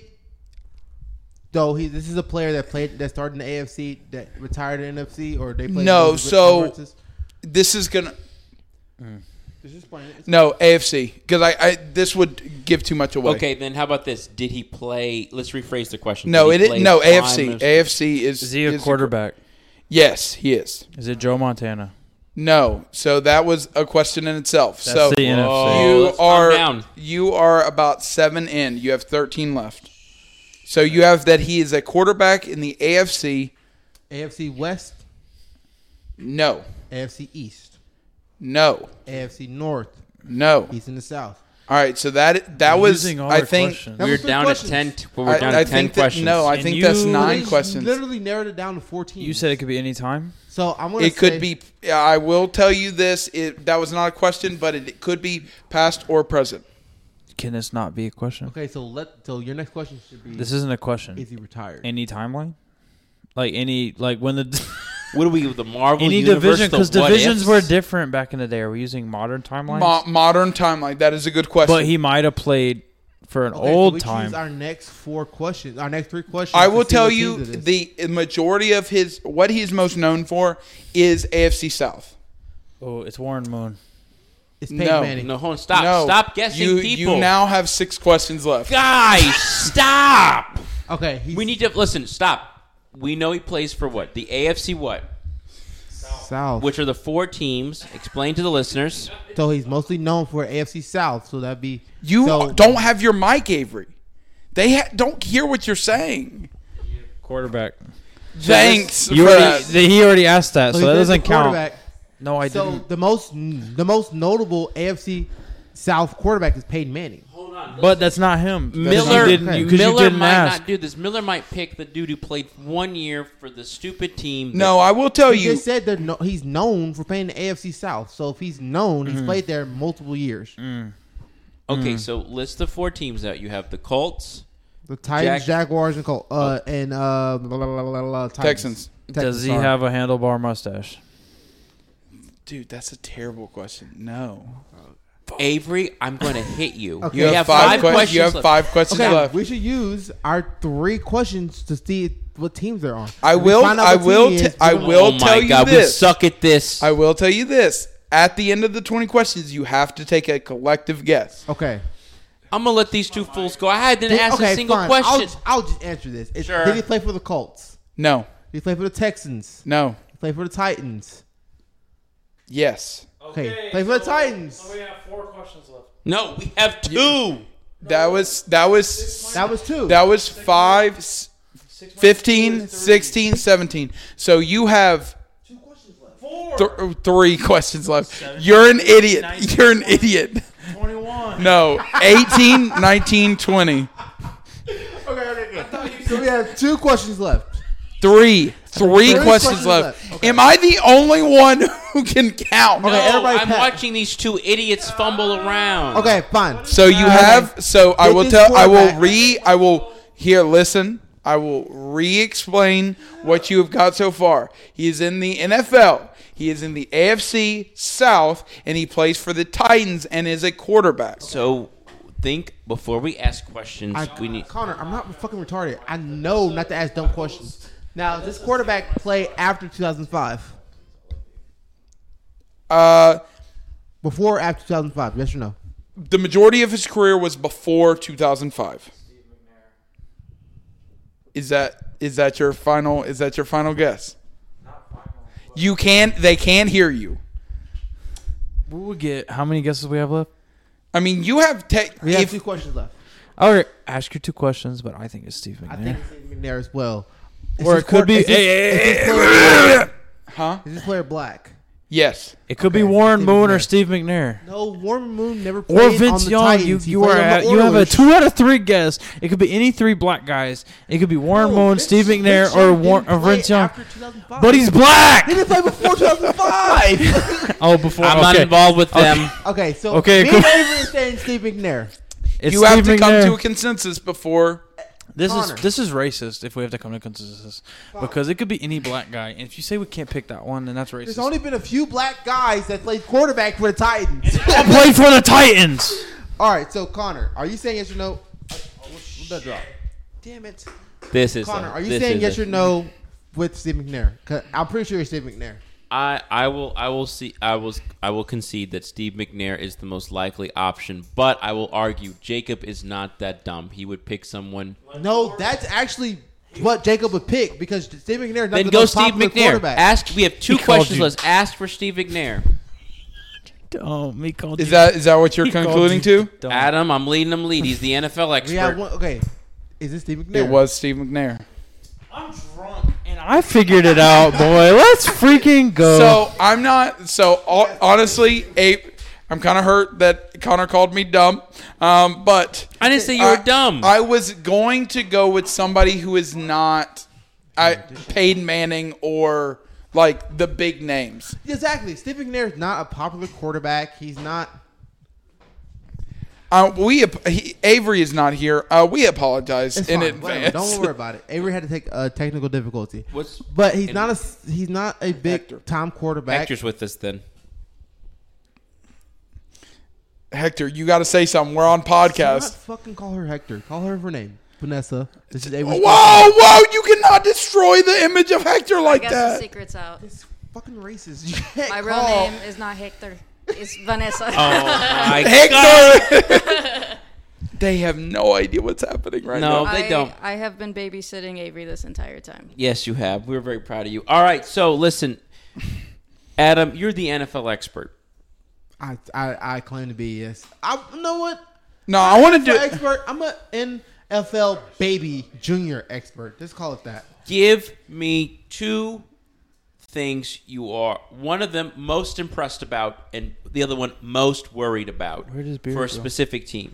[SPEAKER 4] Though he, this is a player that played that started in the AFC that retired in the NFC, or they played.
[SPEAKER 1] No,
[SPEAKER 4] with- with
[SPEAKER 1] so-
[SPEAKER 4] Lawrence's?
[SPEAKER 1] This is gonna. No AFC because I, I this would give too much away.
[SPEAKER 2] Okay, then how about this? Did he play? Let's rephrase the question.
[SPEAKER 1] No,
[SPEAKER 2] Did
[SPEAKER 1] it
[SPEAKER 2] he
[SPEAKER 1] is
[SPEAKER 2] play
[SPEAKER 1] no
[SPEAKER 2] prime
[SPEAKER 1] AFC.
[SPEAKER 2] of-
[SPEAKER 1] AFC is
[SPEAKER 3] is he a quarterback?
[SPEAKER 1] Yes, he is.
[SPEAKER 3] Is it Joe Montana?
[SPEAKER 1] No, so that was a question in itself.
[SPEAKER 3] That's
[SPEAKER 1] so
[SPEAKER 3] the NFC.
[SPEAKER 2] Oh,
[SPEAKER 1] you
[SPEAKER 2] let's calm
[SPEAKER 1] are
[SPEAKER 2] down.
[SPEAKER 1] you are about seven in. You have thirteen left. So you have that he is a quarterback in the AFC.
[SPEAKER 4] AFC West,
[SPEAKER 1] No,
[SPEAKER 4] AFC East,
[SPEAKER 1] no,
[SPEAKER 4] AFC North.
[SPEAKER 1] no.
[SPEAKER 4] He's in the South.
[SPEAKER 1] All right, so that that was
[SPEAKER 3] Losing all
[SPEAKER 1] I
[SPEAKER 3] our
[SPEAKER 1] think
[SPEAKER 3] questions.
[SPEAKER 4] That
[SPEAKER 2] We're
[SPEAKER 4] was three
[SPEAKER 2] down
[SPEAKER 4] questions.
[SPEAKER 2] at ten. t- We're
[SPEAKER 1] I,
[SPEAKER 2] down
[SPEAKER 1] I
[SPEAKER 2] to ten
[SPEAKER 1] think that,
[SPEAKER 2] questions.
[SPEAKER 1] no, I
[SPEAKER 3] And
[SPEAKER 1] think that's
[SPEAKER 3] you-
[SPEAKER 1] nine
[SPEAKER 4] They
[SPEAKER 1] questions.
[SPEAKER 4] Literally narrowed it down to fourteen.
[SPEAKER 3] You said it could be any time.
[SPEAKER 4] so. I'm gonna.
[SPEAKER 1] it could
[SPEAKER 4] say-
[SPEAKER 1] be. I will tell you this: it, that was not a question, but it, could be past or present.
[SPEAKER 3] Can this not be a question?
[SPEAKER 4] Okay, so let. So your next question should be:
[SPEAKER 3] This isn't a question.
[SPEAKER 4] Is he retired?
[SPEAKER 3] any timeline? Like any like when the
[SPEAKER 2] What are we? The Marvel
[SPEAKER 3] any
[SPEAKER 2] universe,
[SPEAKER 3] division
[SPEAKER 2] the
[SPEAKER 3] because
[SPEAKER 2] what
[SPEAKER 3] divisions
[SPEAKER 2] ifs?
[SPEAKER 3] were different back in the day. Are we using modern timelines?
[SPEAKER 1] Mo- modern timeline. That is a good question.
[SPEAKER 3] but he might have played for an
[SPEAKER 4] Okay, so
[SPEAKER 3] old
[SPEAKER 4] we choose
[SPEAKER 3] time.
[SPEAKER 4] Our next four questions. Our next three questions.
[SPEAKER 1] I
[SPEAKER 4] to
[SPEAKER 1] will
[SPEAKER 4] see
[SPEAKER 1] tell
[SPEAKER 4] what
[SPEAKER 1] you
[SPEAKER 4] teams it is.
[SPEAKER 1] the majority of his what he's most known for is AFC South.
[SPEAKER 3] oh, it's Warren Moon.
[SPEAKER 4] It's Peyton
[SPEAKER 1] no.
[SPEAKER 4] Manning.
[SPEAKER 2] No, hold on. Stop.
[SPEAKER 1] No,
[SPEAKER 2] Stop guessing
[SPEAKER 1] you,
[SPEAKER 2] people.
[SPEAKER 1] You now have six questions left.
[SPEAKER 2] Guys, stop.
[SPEAKER 4] Okay, he's
[SPEAKER 2] We need to listen. Stop. We know he plays for what? The AFC what?
[SPEAKER 4] South.
[SPEAKER 2] Which are the four teams? Explain to the listeners.
[SPEAKER 4] so he's mostly known for AFC South. So that'd be
[SPEAKER 1] You
[SPEAKER 4] so-
[SPEAKER 1] don't have your mic, Avery. They ha- don't hear what you're saying.
[SPEAKER 3] Quarterback.
[SPEAKER 1] Thanks.
[SPEAKER 3] You
[SPEAKER 1] for
[SPEAKER 3] already,
[SPEAKER 1] that.
[SPEAKER 3] th- he already asked that, so,
[SPEAKER 4] Oh, he
[SPEAKER 3] that
[SPEAKER 4] said
[SPEAKER 3] doesn't
[SPEAKER 4] the
[SPEAKER 3] count.
[SPEAKER 4] quarterback.
[SPEAKER 3] No, I
[SPEAKER 4] so
[SPEAKER 3] didn't.
[SPEAKER 4] the most the most notable AFC South quarterback is Peyton Manning.
[SPEAKER 2] Hold on.
[SPEAKER 3] But that's not him. 'cause
[SPEAKER 2] Miller,
[SPEAKER 3] you didn't, you, 'cause you
[SPEAKER 2] Miller
[SPEAKER 3] didn't
[SPEAKER 2] might
[SPEAKER 3] ask.
[SPEAKER 2] not do this. Miller might pick the dude who played one year for the stupid team. that-
[SPEAKER 1] No, I will tell
[SPEAKER 4] He
[SPEAKER 1] you.
[SPEAKER 4] just said that no, he's known for playing the AFC South. So if he's known,
[SPEAKER 3] Mm-hmm.
[SPEAKER 4] he's played there multiple years.
[SPEAKER 1] Mm.
[SPEAKER 3] Mm.
[SPEAKER 2] Okay, so list the four teams out. You have the Colts.
[SPEAKER 4] The Titans,
[SPEAKER 2] Jack-
[SPEAKER 4] Jaguars, and Col- uh, and uh, blah, blah, blah, blah, blah,
[SPEAKER 1] Texans.
[SPEAKER 4] Texans,
[SPEAKER 3] Does he
[SPEAKER 4] sorry.
[SPEAKER 3] have a handlebar mustache?
[SPEAKER 1] Dude, that's a terrible question. No.
[SPEAKER 2] Avery, I'm going to hit you.
[SPEAKER 4] Okay.
[SPEAKER 1] You,
[SPEAKER 2] We
[SPEAKER 1] have, five, questions. You have
[SPEAKER 2] left.
[SPEAKER 1] five questions
[SPEAKER 4] Okay,
[SPEAKER 1] left.
[SPEAKER 4] we should use our three questions to see what teams they're on.
[SPEAKER 1] I
[SPEAKER 4] If we
[SPEAKER 1] will-
[SPEAKER 4] find out
[SPEAKER 1] I
[SPEAKER 4] what
[SPEAKER 1] will
[SPEAKER 4] team he is,
[SPEAKER 1] t- I
[SPEAKER 4] we don't-
[SPEAKER 1] will-
[SPEAKER 2] oh my
[SPEAKER 1] tell you
[SPEAKER 2] God,
[SPEAKER 1] this.
[SPEAKER 2] we suck at this.
[SPEAKER 1] I will tell you this. At the end of the 20 questions, you have to take a collective guess.
[SPEAKER 4] Okay.
[SPEAKER 2] I'm gonna let these two fools go. I didn't ask
[SPEAKER 4] okay,
[SPEAKER 2] a single
[SPEAKER 4] fine. I'll
[SPEAKER 2] question.
[SPEAKER 4] just- I'll, just answer this. It's,
[SPEAKER 2] Sure.
[SPEAKER 4] Did he play for the Colts?
[SPEAKER 1] No.
[SPEAKER 4] Did he play for the Texans?
[SPEAKER 1] No.
[SPEAKER 4] Did he play for the Titans?
[SPEAKER 1] Yes.
[SPEAKER 4] Okay, play for the Titans.
[SPEAKER 2] No, we have two.
[SPEAKER 1] That was that was
[SPEAKER 4] That was two.
[SPEAKER 1] that was 5 s- 15 16 17. So you have Th- three questions left. You're an idiot. You're an idiot.
[SPEAKER 3] 21.
[SPEAKER 1] No, 18, 19, 20.
[SPEAKER 4] so we have two questions left.
[SPEAKER 1] Three. Three
[SPEAKER 4] Three
[SPEAKER 1] questions
[SPEAKER 4] questions
[SPEAKER 1] left.
[SPEAKER 4] left. Okay.
[SPEAKER 1] Am I the only one who can count?
[SPEAKER 2] No,
[SPEAKER 4] Okay, everybody
[SPEAKER 2] I'm
[SPEAKER 4] pack.
[SPEAKER 2] watching these two idiots fumble around.
[SPEAKER 4] Okay, fine.
[SPEAKER 1] So you have. So I
[SPEAKER 4] Get
[SPEAKER 1] will
[SPEAKER 4] this
[SPEAKER 1] tell. I will
[SPEAKER 4] quarterback.
[SPEAKER 1] re. I will here. Listen. I will re-explain what you have got so far. He is in the NFL. He is in the AFC South, and he plays for the Titans and is a quarterback.
[SPEAKER 2] So think before we ask questions.
[SPEAKER 4] I,
[SPEAKER 2] we need.
[SPEAKER 4] Connor, I'm not fucking retarded. I know not to ask dumb questions. Now, does this quarterback play after 2005?
[SPEAKER 1] Uh,
[SPEAKER 4] Before or after 2005? Yes or no?
[SPEAKER 1] the majority of his career was before 2005. Is that is that your final is that your final guess? You can they can hear you.
[SPEAKER 3] We will get how many guesses we have left?
[SPEAKER 1] I mean, you have tech.
[SPEAKER 4] We have
[SPEAKER 1] if-
[SPEAKER 4] two questions left.
[SPEAKER 3] All right, ask your two questions, but I think it's Steve McNair.
[SPEAKER 4] I think it's Steve McNair as well. Is
[SPEAKER 3] or
[SPEAKER 4] this
[SPEAKER 3] it could be
[SPEAKER 4] quar- is this-
[SPEAKER 3] hey, hey, hey,
[SPEAKER 1] huh?
[SPEAKER 4] Is this player black?
[SPEAKER 1] Yes.
[SPEAKER 3] it could be
[SPEAKER 4] Okay,
[SPEAKER 3] Warren
[SPEAKER 4] Steve
[SPEAKER 3] Moon or
[SPEAKER 4] McNair.
[SPEAKER 3] Steve McNair.
[SPEAKER 4] No, Warren Moon never
[SPEAKER 3] Or
[SPEAKER 4] played on
[SPEAKER 3] Vince
[SPEAKER 4] the
[SPEAKER 3] Young,
[SPEAKER 4] Titans.
[SPEAKER 3] you
[SPEAKER 4] He
[SPEAKER 3] you
[SPEAKER 4] played
[SPEAKER 3] are
[SPEAKER 4] on the
[SPEAKER 3] at, you have a
[SPEAKER 4] Oilers.
[SPEAKER 3] two out of three guess. It could be any three black guys. It could be Warren
[SPEAKER 4] No,
[SPEAKER 3] Moon,
[SPEAKER 4] Oh, Vince-
[SPEAKER 3] Steve McNair,
[SPEAKER 4] Vince
[SPEAKER 3] or
[SPEAKER 4] Young
[SPEAKER 3] Warren,
[SPEAKER 4] didn't
[SPEAKER 3] or Vince
[SPEAKER 4] play
[SPEAKER 3] Young.
[SPEAKER 4] after 2005.
[SPEAKER 3] But he's
[SPEAKER 4] He
[SPEAKER 3] black.
[SPEAKER 4] didn't play before 2005.
[SPEAKER 3] Oh, before
[SPEAKER 2] I'm not
[SPEAKER 3] okay.
[SPEAKER 2] involved with them.
[SPEAKER 4] okay, so
[SPEAKER 3] Okay,
[SPEAKER 4] me
[SPEAKER 3] cool.
[SPEAKER 4] and Avery are saying Steve McNair.
[SPEAKER 3] It's
[SPEAKER 1] you
[SPEAKER 3] Steve
[SPEAKER 1] have to come
[SPEAKER 3] McNair.
[SPEAKER 1] to a consensus before.
[SPEAKER 3] This
[SPEAKER 4] Connor.
[SPEAKER 3] is this is racist if we have to come to consensus because it could be any black guy, and if you say we can't pick that one, then that's racist.
[SPEAKER 4] There's only been a few black guys that played quarterback for the Titans.
[SPEAKER 3] I played for the Titans.
[SPEAKER 4] All right, so Connor, are you saying yes or no? What's that drop? Oh, Damn it,
[SPEAKER 2] This is
[SPEAKER 4] Connor,
[SPEAKER 2] a-
[SPEAKER 4] are you
[SPEAKER 2] this
[SPEAKER 4] saying
[SPEAKER 2] is
[SPEAKER 4] yes
[SPEAKER 2] a-
[SPEAKER 4] or no with Steve McNair? 'Cause I'm pretty sure it's Steve McNair.
[SPEAKER 2] I I will I will see I will I will concede that Steve McNair is the most likely option, but I will argue Jacob is not that dumb. He would pick someone.
[SPEAKER 4] No, that's actually what Jacob would pick because Steve McNair is not
[SPEAKER 2] Then
[SPEAKER 4] the
[SPEAKER 2] go
[SPEAKER 4] most
[SPEAKER 2] Steve
[SPEAKER 4] popular
[SPEAKER 2] McNair.
[SPEAKER 4] quarterback.
[SPEAKER 2] Ask. We have two
[SPEAKER 3] He called
[SPEAKER 2] questions
[SPEAKER 3] you.
[SPEAKER 2] left. Ask for Steve McNair.
[SPEAKER 3] Oh, me called
[SPEAKER 1] Is that is that what you're concluding to?
[SPEAKER 2] Adam, I'm leading him lead. He's the NFL expert.
[SPEAKER 4] we have one. Okay, is this Steve McNair?
[SPEAKER 1] It was Steve McNair.
[SPEAKER 3] I'm drunk and I figured it out, boy. Let's freaking go.
[SPEAKER 1] So I'm not. So ho- honestly, a I'm kind of hurt that Connor called me dumb. Um, but
[SPEAKER 2] I didn't say you were
[SPEAKER 1] I-
[SPEAKER 2] dumb.
[SPEAKER 1] I was going to go with somebody who is not, I Peyton Manning or like the big names.
[SPEAKER 4] Exactly. Steve McNair is not a popular quarterback. He's not.
[SPEAKER 1] Uh, we ap- he, Avery is not here. Uh, we apologize
[SPEAKER 4] It's
[SPEAKER 1] in
[SPEAKER 4] fine, whatever,
[SPEAKER 1] advance.
[SPEAKER 4] Don't worry about it. Avery had to take a technical difficulty.
[SPEAKER 2] What's-
[SPEAKER 4] but he's
[SPEAKER 2] and-
[SPEAKER 4] not a he's not a big
[SPEAKER 1] Hector.
[SPEAKER 4] time quarterback.
[SPEAKER 2] Hector's with us then.
[SPEAKER 1] Hector, you got to say something. We're on
[SPEAKER 4] Do
[SPEAKER 1] podcast.
[SPEAKER 4] not fucking call her Hector. Call her her name, Vanessa. This is
[SPEAKER 1] Whoa,
[SPEAKER 4] Avery's
[SPEAKER 1] whoa! You cannot destroy the image of Hector
[SPEAKER 5] I
[SPEAKER 1] like
[SPEAKER 5] guess the
[SPEAKER 1] that.
[SPEAKER 5] secret's out.
[SPEAKER 4] It's fucking racist. You can't
[SPEAKER 5] My real
[SPEAKER 4] call-
[SPEAKER 5] name is not Hector. It's Vanessa.
[SPEAKER 2] Oh.
[SPEAKER 1] Hector. they have no idea what's happening right
[SPEAKER 2] No.
[SPEAKER 1] now.
[SPEAKER 2] they
[SPEAKER 5] I,
[SPEAKER 2] don't.
[SPEAKER 5] I have been babysitting Avery this entire time.
[SPEAKER 2] Yes, you have. We're very proud of you. All right, so listen, Adam, you're the NFL expert.
[SPEAKER 4] I, I I claim to be yes. I you know what
[SPEAKER 1] No, I want to
[SPEAKER 4] For
[SPEAKER 1] do.
[SPEAKER 4] expert. I'm a NFL baby junior expert. Just call it that.
[SPEAKER 2] Give me two things you are one of them most impressed about, and the other one most worried about
[SPEAKER 3] Where does Beard
[SPEAKER 2] for a
[SPEAKER 3] go?
[SPEAKER 2] specific team.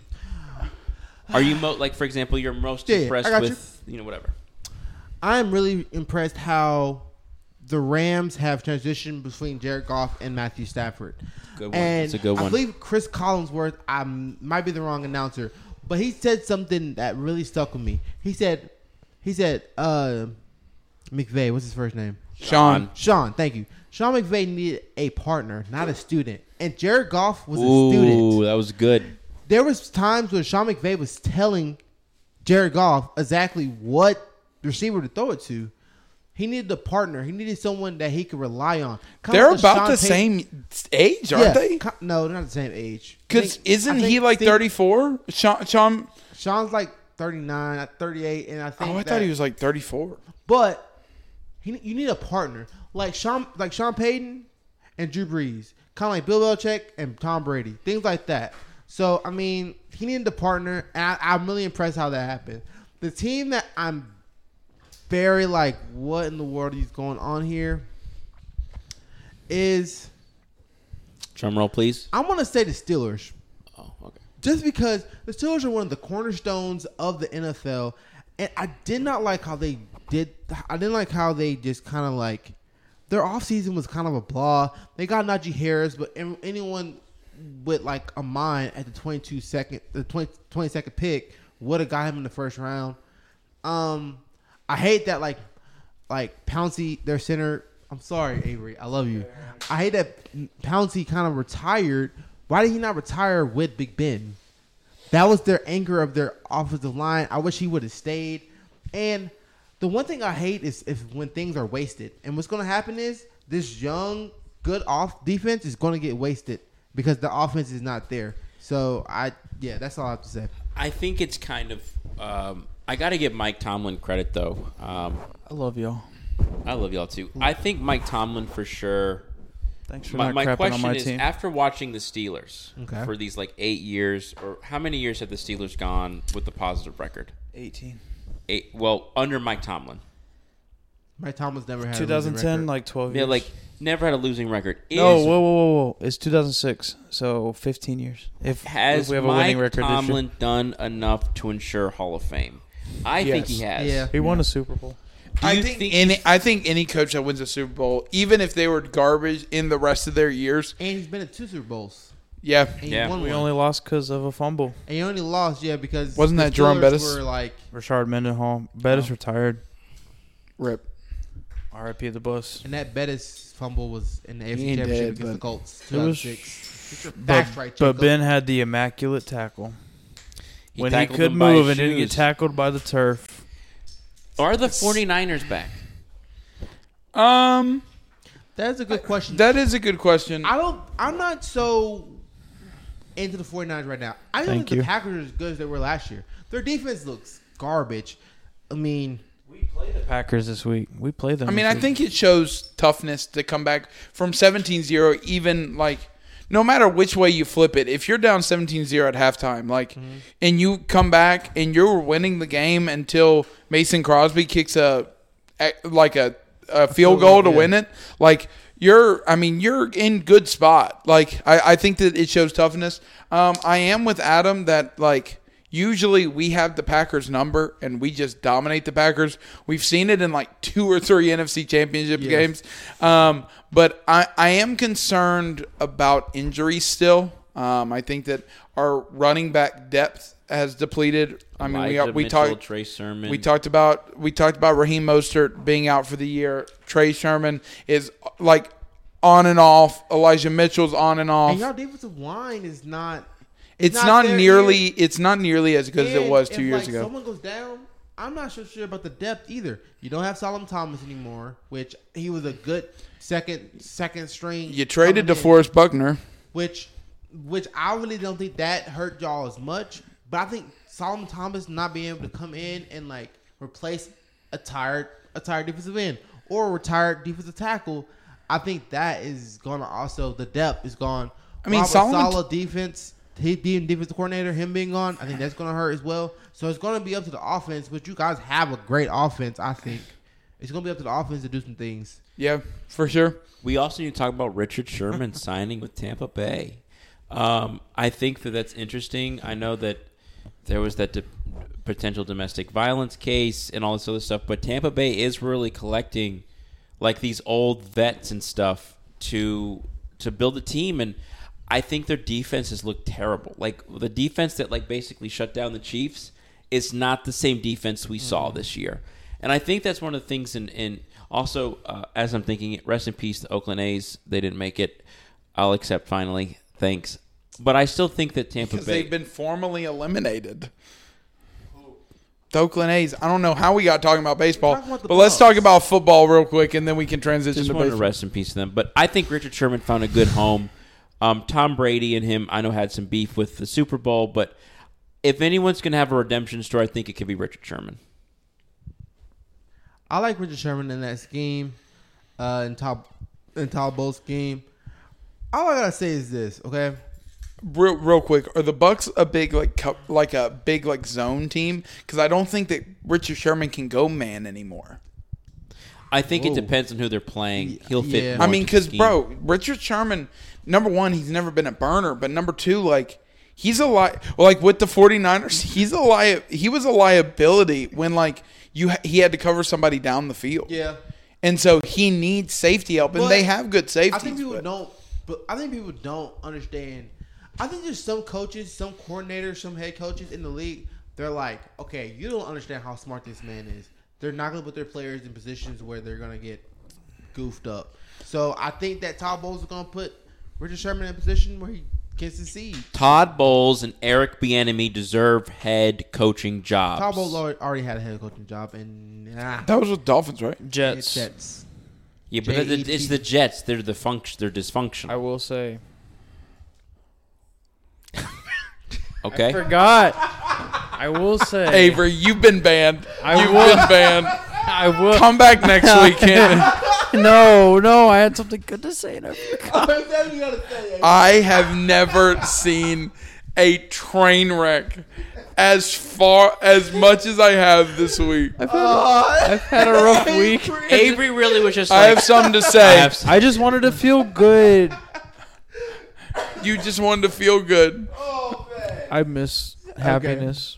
[SPEAKER 2] Are you mo- like, for example, you're most
[SPEAKER 4] Yeah, yeah, I
[SPEAKER 2] impressed
[SPEAKER 4] got
[SPEAKER 2] with you. know whatever?
[SPEAKER 4] I'm really impressed how the Rams have transitioned between Jared Goff and Matthew Stafford.
[SPEAKER 2] Good one.
[SPEAKER 4] And
[SPEAKER 2] That's a good
[SPEAKER 4] I
[SPEAKER 2] one.
[SPEAKER 4] believe Chris Collinsworth. I might be the wrong announcer, but he said something that really stuck with me. He said, he said, uh, McVay. What's his first name?
[SPEAKER 1] Sean,
[SPEAKER 4] Sean. Thank you. Sean McVay needed a partner, not a student. And Jared Goff was a student
[SPEAKER 2] Ooh, that was good.
[SPEAKER 4] there was times when Sean McVay was telling Jared Goff exactly what receiver to throw it to. He needed a partner. He needed someone that he could rely on. Kinda
[SPEAKER 1] they're
[SPEAKER 4] like a Sean
[SPEAKER 1] about the
[SPEAKER 4] Payton-
[SPEAKER 1] same age,
[SPEAKER 4] Yeah,
[SPEAKER 1] aren't they?
[SPEAKER 4] ki- No, they're not the same age. I
[SPEAKER 1] Because
[SPEAKER 4] think-
[SPEAKER 1] isn't
[SPEAKER 4] I think
[SPEAKER 1] he like
[SPEAKER 4] Steve-
[SPEAKER 1] 34? Sean, Sean
[SPEAKER 4] Sean's like 39, 38, and I think.
[SPEAKER 1] oh, I
[SPEAKER 4] that-
[SPEAKER 1] thought he was like 34.
[SPEAKER 4] But he, you need a partner like Sean, like Sean Payton and Drew Brees, kind of like Bill Belichick and Tom Brady, things like that. So I mean, he needed a partner, and I, I'm really impressed how that happened. The team that I'm very like, what in the world is going on here? Is
[SPEAKER 2] Drum roll, please.
[SPEAKER 4] I want to say the Steelers
[SPEAKER 2] Oh, okay.
[SPEAKER 4] just because the Steelers are one of the cornerstones of the NFL, and I did not like how they did. I didn't like how they just kind of like their offseason was kind of a blah. They got Najee Harris, but an- anyone with like a mind at the 22 second the 20, 22nd pick would have got him in the first round. Um, I hate that like like Pouncy their center. I'm sorry, Avery. I love you. I hate that Pouncy kind of retired. Why did he not retire with Big Ben? That was their anchor of their offensive line. I wish he would have stayed. And the one thing I hate is if when things are wasted. And what's going to happen is this young, good off defense is going to get wasted because the offense is not there. So I, yeah, that's all I have to say.
[SPEAKER 2] I think it's kind of. Um, I got to give Mike Tomlin credit though. Um,
[SPEAKER 3] I love y'all.
[SPEAKER 2] I love y'all too. I think Mike Tomlin for sure.
[SPEAKER 3] Thanks for
[SPEAKER 2] My,
[SPEAKER 3] Hmm. not
[SPEAKER 2] my
[SPEAKER 3] crapping
[SPEAKER 2] question
[SPEAKER 3] on my
[SPEAKER 2] is:
[SPEAKER 3] team.
[SPEAKER 2] After watching the Steelers
[SPEAKER 4] Okay.
[SPEAKER 2] for these like eight years, or how many years have the Steelers gone with the positive record?
[SPEAKER 3] 18.
[SPEAKER 2] Eight. Well, under Mike Tomlin,
[SPEAKER 4] Mike Thomas never had a losing
[SPEAKER 3] 2010,
[SPEAKER 4] record.
[SPEAKER 3] like 12
[SPEAKER 2] yeah,
[SPEAKER 3] years.
[SPEAKER 2] like never had a losing record. Is,
[SPEAKER 3] no, whoa, whoa, whoa, whoa. It's 2006, so 15 years. If,
[SPEAKER 2] has
[SPEAKER 3] if we have
[SPEAKER 2] Mike
[SPEAKER 3] a winning record this year.
[SPEAKER 2] Tomlin done enough to ensure Hall of Fame? I think he
[SPEAKER 3] Yes.
[SPEAKER 2] has.
[SPEAKER 4] Yeah.
[SPEAKER 3] He won a Super Bowl.
[SPEAKER 2] Do
[SPEAKER 1] I
[SPEAKER 2] you
[SPEAKER 1] think,
[SPEAKER 2] think-
[SPEAKER 1] any I think any coach that wins a Super Bowl, even if they were garbage in the rest of their years,
[SPEAKER 4] and he's been at two Super Bowls.
[SPEAKER 1] yeah,
[SPEAKER 4] And
[SPEAKER 2] Yeah.
[SPEAKER 4] he won
[SPEAKER 3] We
[SPEAKER 4] one.
[SPEAKER 3] only lost because of a fumble.
[SPEAKER 4] and he only lost, yeah, because
[SPEAKER 1] Wasn't
[SPEAKER 4] the
[SPEAKER 1] that Jerome
[SPEAKER 4] Steelers
[SPEAKER 1] Bettis?
[SPEAKER 4] Were like,
[SPEAKER 3] Richard Mendenhall. Bettis retired.
[SPEAKER 1] rip.
[SPEAKER 3] RIP the bus.
[SPEAKER 4] and that Bettis fumble was in the AFC
[SPEAKER 1] ain't
[SPEAKER 4] Championship
[SPEAKER 1] dead,
[SPEAKER 4] against
[SPEAKER 1] but-
[SPEAKER 4] the Colts.
[SPEAKER 3] It was-
[SPEAKER 4] 2006. Get your
[SPEAKER 3] But,
[SPEAKER 4] facts right,
[SPEAKER 3] but
[SPEAKER 4] Jacob.
[SPEAKER 3] Ben had the immaculate tackle.
[SPEAKER 2] He
[SPEAKER 3] when he
[SPEAKER 2] tackled
[SPEAKER 3] could
[SPEAKER 2] them by
[SPEAKER 3] move
[SPEAKER 2] his
[SPEAKER 3] and didn't get
[SPEAKER 2] shoes.
[SPEAKER 3] tackled by the turf.
[SPEAKER 2] Are the 49ers back?
[SPEAKER 1] Um,
[SPEAKER 4] That is a good question.
[SPEAKER 1] that is a good question.
[SPEAKER 4] I don't. I'm not so into the 49ers right now. I don't
[SPEAKER 3] Thank
[SPEAKER 4] think
[SPEAKER 3] you.
[SPEAKER 4] the Packers are as good as they were last year. Their defense looks garbage. I mean,
[SPEAKER 3] Packers this week. We play them.
[SPEAKER 1] I mean,
[SPEAKER 3] this
[SPEAKER 1] I
[SPEAKER 3] week.
[SPEAKER 1] think it shows toughness to come back from 17-0 even like no matter which way you flip it. If you're down 17-0 at halftime, like and you come back and you're winning the game until Mason Crosby kicks a a- like a, a field goal
[SPEAKER 4] goal,
[SPEAKER 1] to
[SPEAKER 4] yeah.
[SPEAKER 1] win it, like you're I mean, you're in good spot. Like I, I think that it shows toughness. Um I am with Adam that like Usually we have the Packers number and we just dominate the Packers. We've seen it in like two or three NFC championship games. Um, but I, I am concerned about injuries still. Um, I think that our running back depth has depleted. I mean,
[SPEAKER 2] Elijah
[SPEAKER 1] we, we
[SPEAKER 2] Mitchell,
[SPEAKER 1] talked
[SPEAKER 2] Trey Sermon.
[SPEAKER 1] we talked about we talked about Raheem Mostert being out for the year. Trey Sherman is like on and off. Elijah Mitchell's on and off.
[SPEAKER 4] and y'all defensive line is not.
[SPEAKER 1] it's not,
[SPEAKER 4] there
[SPEAKER 1] nearly
[SPEAKER 4] yet.
[SPEAKER 1] it's not nearly as good as it
[SPEAKER 4] And
[SPEAKER 1] was two
[SPEAKER 4] if,
[SPEAKER 1] years
[SPEAKER 4] like,
[SPEAKER 1] ago.
[SPEAKER 4] Someone goes down. I'm not so sure about the depth either. You don't have Solomon Thomas anymore, which he was a good second second string.
[SPEAKER 1] You traded
[SPEAKER 4] coming in.
[SPEAKER 1] DeForest Buckner.
[SPEAKER 4] which which I really don't think that hurt y'all as much. But I think Solomon Thomas not being able to come in and like replace a tired a tired defensive end or a retired defensive tackle, I think that is gonna also the depth is gone.
[SPEAKER 1] I mean,
[SPEAKER 4] Robert
[SPEAKER 1] Solomon-
[SPEAKER 4] Saleh defense. He being defensive coordinator, him being gone, I think that's going to hurt as well. So it's going to be up to the offense, but you guys have a great offense, I think. It's going to be up to the offense to do some things.
[SPEAKER 1] Yeah, for sure.
[SPEAKER 2] We also need to talk about Richard Sherman signing with Tampa Bay. Um, I think that that's interesting. I know that there was that d potential domestic violence case and all this other stuff, but Tampa Bay is really collecting like these old vets and stuff to to build a team and I think their defense has looked terrible. Like the defense that like basically shut down the Chiefs is not the same defense we saw this year. And I think that's one of the things. In, in also, uh, as I'm thinking, rest in peace, the Oakland A's. They didn't make it. I'll accept finally. Thanks. But I still think that Tampa
[SPEAKER 1] Because
[SPEAKER 2] Bay.
[SPEAKER 1] they've been formally eliminated. The Oakland A's. I don't know how we got talking about baseball,
[SPEAKER 4] Talking about the
[SPEAKER 1] but let's
[SPEAKER 4] Bucks.
[SPEAKER 1] talk about football real quick, and then we can transition
[SPEAKER 2] just
[SPEAKER 1] to
[SPEAKER 2] wanted to
[SPEAKER 1] baseball.
[SPEAKER 2] rest in peace to them. But I think Richard Sherman found a good home. Um, Tom Brady and him, I know, had some beef with the Super Bowl. But if anyone's going to have a redemption story, I think it could be Richard Sherman.
[SPEAKER 4] I like Richard Sherman in that scheme, uh, in Tal in Talbot's scheme. All I gotta say is this, okay?
[SPEAKER 1] Real, real quick, are the Bucks a big like cup, like a big like zone team? Because I don't think that Richard Sherman can go man anymore.
[SPEAKER 2] I think it
[SPEAKER 4] Whoa.
[SPEAKER 2] depends on who they're playing. He'll fit.
[SPEAKER 4] Yeah.
[SPEAKER 2] more
[SPEAKER 1] I mean,
[SPEAKER 2] into the
[SPEAKER 1] because
[SPEAKER 2] scheme.
[SPEAKER 1] bro, Richard Sherman, number one, he's never been a burner, but number two, like he's a li- well, like with the 49ers, he's a li- he was a liability when like you ha- he had to cover somebody down the field.
[SPEAKER 4] Yeah.
[SPEAKER 1] And so he needs safety help, and
[SPEAKER 4] But
[SPEAKER 1] they have good safety.
[SPEAKER 4] I think people don't. But I think people don't understand. I think there's some coaches, some coordinators, some head coaches in the league. They're like, okay, you don't understand how smart this man is. They're not gonna put their players in positions where they're gonna get goofed up. So I think that Todd Bowles is gonna put Richard Sherman in a position where he can succeed.
[SPEAKER 2] Todd Bowles and Eric Bieniemy deserve head coaching jobs.
[SPEAKER 4] Todd Bowles alre- already had a head coaching job, and nah,
[SPEAKER 1] that was with Dolphins, right?
[SPEAKER 3] Jets.
[SPEAKER 4] Jets.
[SPEAKER 2] yeah, but
[SPEAKER 4] J E T.
[SPEAKER 2] it's the Jets. They're the function. They're
[SPEAKER 3] I
[SPEAKER 2] dysfunctional.
[SPEAKER 3] will say.
[SPEAKER 2] Okay.
[SPEAKER 3] Forgot. I will say.
[SPEAKER 1] Avery, you've been banned.
[SPEAKER 3] I
[SPEAKER 1] you've
[SPEAKER 3] will-
[SPEAKER 1] been banned.
[SPEAKER 3] I will.
[SPEAKER 1] Come back next week, Ken.
[SPEAKER 3] No, no. I had something good to say. And I forgot.
[SPEAKER 1] I have never seen a train wreck as far as much as I have this week.
[SPEAKER 3] I've had a rough week.
[SPEAKER 2] Avery really was just.
[SPEAKER 1] I
[SPEAKER 2] Like,
[SPEAKER 1] have something to say.
[SPEAKER 2] have some-
[SPEAKER 3] I just wanted to feel good.
[SPEAKER 1] you just wanted to feel good.
[SPEAKER 3] I miss happiness.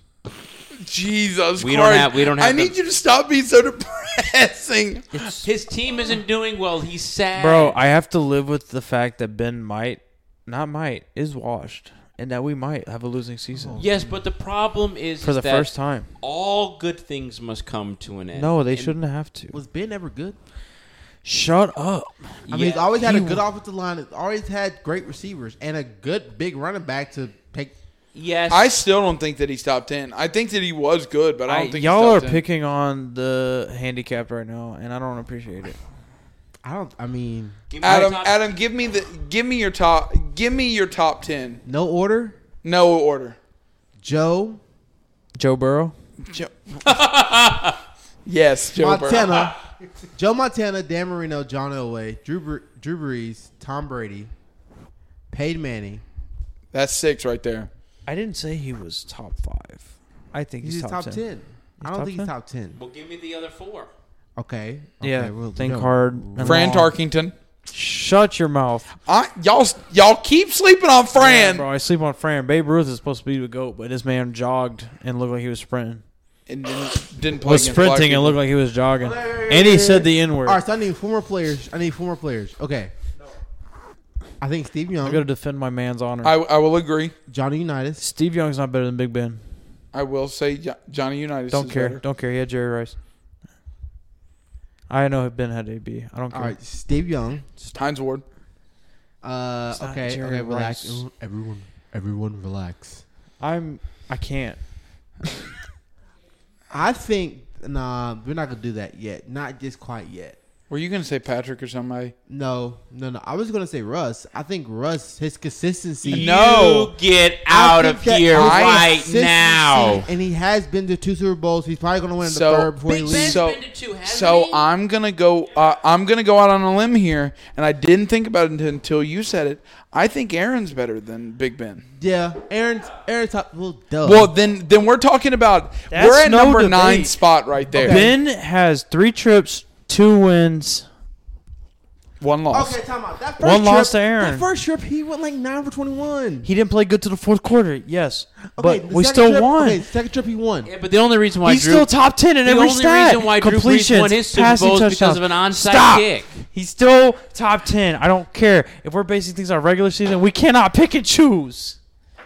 [SPEAKER 1] Jesus
[SPEAKER 2] We don't
[SPEAKER 1] Christ.
[SPEAKER 2] have- we don't
[SPEAKER 1] I
[SPEAKER 2] have
[SPEAKER 1] need
[SPEAKER 2] the-
[SPEAKER 1] you to stop being so depressing.
[SPEAKER 2] his team isn't doing well. He's sad,
[SPEAKER 3] Bro, I have to live with the fact that Ben might, not might, is washed, and that we might have a losing season
[SPEAKER 2] Yes, but the problem is
[SPEAKER 3] for
[SPEAKER 2] is
[SPEAKER 3] the
[SPEAKER 2] that
[SPEAKER 3] first time.
[SPEAKER 2] All good things must come to an end.
[SPEAKER 3] No, they shouldn't have to.
[SPEAKER 4] Was Ben ever good?
[SPEAKER 3] Shut up.
[SPEAKER 4] I mean, he's always had a
[SPEAKER 3] He-
[SPEAKER 4] good offensive line. He's always had great receivers and a good big running back to take.
[SPEAKER 2] yes.
[SPEAKER 1] I still don't think that he's top 10. I think that he was good, but I don't
[SPEAKER 3] I-
[SPEAKER 1] think he's
[SPEAKER 3] y'all
[SPEAKER 1] top
[SPEAKER 3] are
[SPEAKER 1] 10.
[SPEAKER 3] picking on the handicapped right now, and I don't appreciate it.
[SPEAKER 4] I don't. I mean,
[SPEAKER 2] Give me your
[SPEAKER 1] Adam,
[SPEAKER 2] top-
[SPEAKER 1] Adam, give me the give me your top give me your top 10.
[SPEAKER 4] no order.
[SPEAKER 1] No order.
[SPEAKER 4] Joe,
[SPEAKER 3] Joe Burrow.
[SPEAKER 1] Jo- yes, Joe Burrow.
[SPEAKER 4] Montana, Joe Montana, Dan Marino, John Elway, Drew, Bre- Drew Brees, Tom Brady, Peyton Manning.
[SPEAKER 1] That's six right there.
[SPEAKER 3] I didn't say he was top five. I think
[SPEAKER 4] He's,
[SPEAKER 3] he's,
[SPEAKER 4] top, ten. I don't
[SPEAKER 3] top
[SPEAKER 4] think
[SPEAKER 3] 10?
[SPEAKER 4] he's top ten.
[SPEAKER 2] Well, give me the other four.
[SPEAKER 4] Okay.
[SPEAKER 3] Yeah,
[SPEAKER 4] Okay, well,
[SPEAKER 3] think
[SPEAKER 4] no.
[SPEAKER 3] hard. and
[SPEAKER 1] Fran
[SPEAKER 3] long.
[SPEAKER 1] Tarkington.
[SPEAKER 3] Shut your mouth.
[SPEAKER 1] I, y'all, y'all keep sleeping on Fran.
[SPEAKER 3] Yeah, bro, I sleep on Fran. Babe Ruth is supposed to be the goat, but this man jogged and looked like he was sprinting.
[SPEAKER 1] and didn't, didn't play
[SPEAKER 3] Was
[SPEAKER 1] against black
[SPEAKER 3] sprinting and
[SPEAKER 1] people.
[SPEAKER 3] looked like he was jogging. And he said the N word.
[SPEAKER 4] All right, so I need four more players. I need four more players. Okay. I think Steve
[SPEAKER 3] I'm gonna
[SPEAKER 4] Young,
[SPEAKER 3] defend my man's honor.
[SPEAKER 1] I, I will agree.
[SPEAKER 4] Johnny Unitas,
[SPEAKER 3] Steve Young's not better than Big Ben.
[SPEAKER 1] I will say Jo- Johnny Unitas.
[SPEAKER 3] Don't
[SPEAKER 1] is
[SPEAKER 3] care.
[SPEAKER 1] better.
[SPEAKER 3] Don't care. He had Jerry Rice. I know Ben had AB. I don't care.
[SPEAKER 4] All right, Steve Young.
[SPEAKER 1] Heinz Ward.
[SPEAKER 4] Uh,
[SPEAKER 3] It's not
[SPEAKER 4] okay,
[SPEAKER 3] Jerry
[SPEAKER 4] okay, relax.
[SPEAKER 3] Rice.
[SPEAKER 4] Everyone, everyone, relax.
[SPEAKER 3] I'm. I can't.
[SPEAKER 4] I think nah, we're not gonna do that yet. Not just quite yet.
[SPEAKER 1] Were you going to say Patrick or somebody?
[SPEAKER 4] No, no, no. I was gonna say Russ. I think Russ, his consistency.
[SPEAKER 1] No.
[SPEAKER 2] You get
[SPEAKER 4] I
[SPEAKER 2] out
[SPEAKER 4] think
[SPEAKER 2] of
[SPEAKER 4] that
[SPEAKER 2] here
[SPEAKER 4] his
[SPEAKER 1] I-
[SPEAKER 2] right
[SPEAKER 4] consistency-
[SPEAKER 2] now.
[SPEAKER 4] and he has been to two Super Bowls. He's probably gonna win the
[SPEAKER 1] So-
[SPEAKER 4] third before he
[SPEAKER 1] Big
[SPEAKER 4] leaves.
[SPEAKER 1] Ben-
[SPEAKER 2] Ben's
[SPEAKER 1] So-
[SPEAKER 2] been to two, hasn't
[SPEAKER 1] So
[SPEAKER 2] he?
[SPEAKER 1] I'm gonna go. Uh, I'm gonna go out on a limb here, and I didn't think about it until you said it. I think Aaron's better than Big Ben.
[SPEAKER 4] yeah, Aaron's Aaron's top. Well, duh.
[SPEAKER 1] Well, then, then we're talking about
[SPEAKER 3] That's
[SPEAKER 1] we're at
[SPEAKER 3] no
[SPEAKER 1] number
[SPEAKER 3] debate.
[SPEAKER 1] nine spot right there.
[SPEAKER 3] Ben has three trips, two wins.
[SPEAKER 1] One loss.
[SPEAKER 4] okay, time out. That first
[SPEAKER 3] One
[SPEAKER 4] trip,
[SPEAKER 3] loss to Aaron.
[SPEAKER 4] That first trip, he went like nine for twenty-one.
[SPEAKER 3] He didn't play good to the fourth quarter. Yes,
[SPEAKER 4] Okay,
[SPEAKER 3] but
[SPEAKER 4] the
[SPEAKER 3] we
[SPEAKER 4] second
[SPEAKER 3] still
[SPEAKER 4] trip,
[SPEAKER 3] won.
[SPEAKER 4] Okay, second trip he won.
[SPEAKER 2] Yeah, but the only reason why
[SPEAKER 3] He's
[SPEAKER 2] Drew,
[SPEAKER 3] still top ten in
[SPEAKER 2] the
[SPEAKER 3] every
[SPEAKER 2] only
[SPEAKER 3] stat.
[SPEAKER 2] reason why Drew Brees
[SPEAKER 3] Completions,
[SPEAKER 2] won his Super
[SPEAKER 3] passing
[SPEAKER 2] Bowl is because
[SPEAKER 3] touchdowns.
[SPEAKER 2] of an onside
[SPEAKER 3] Stop.
[SPEAKER 2] kick.
[SPEAKER 3] He's still top ten. I don't care if we're basing things on regular season. We cannot pick and choose.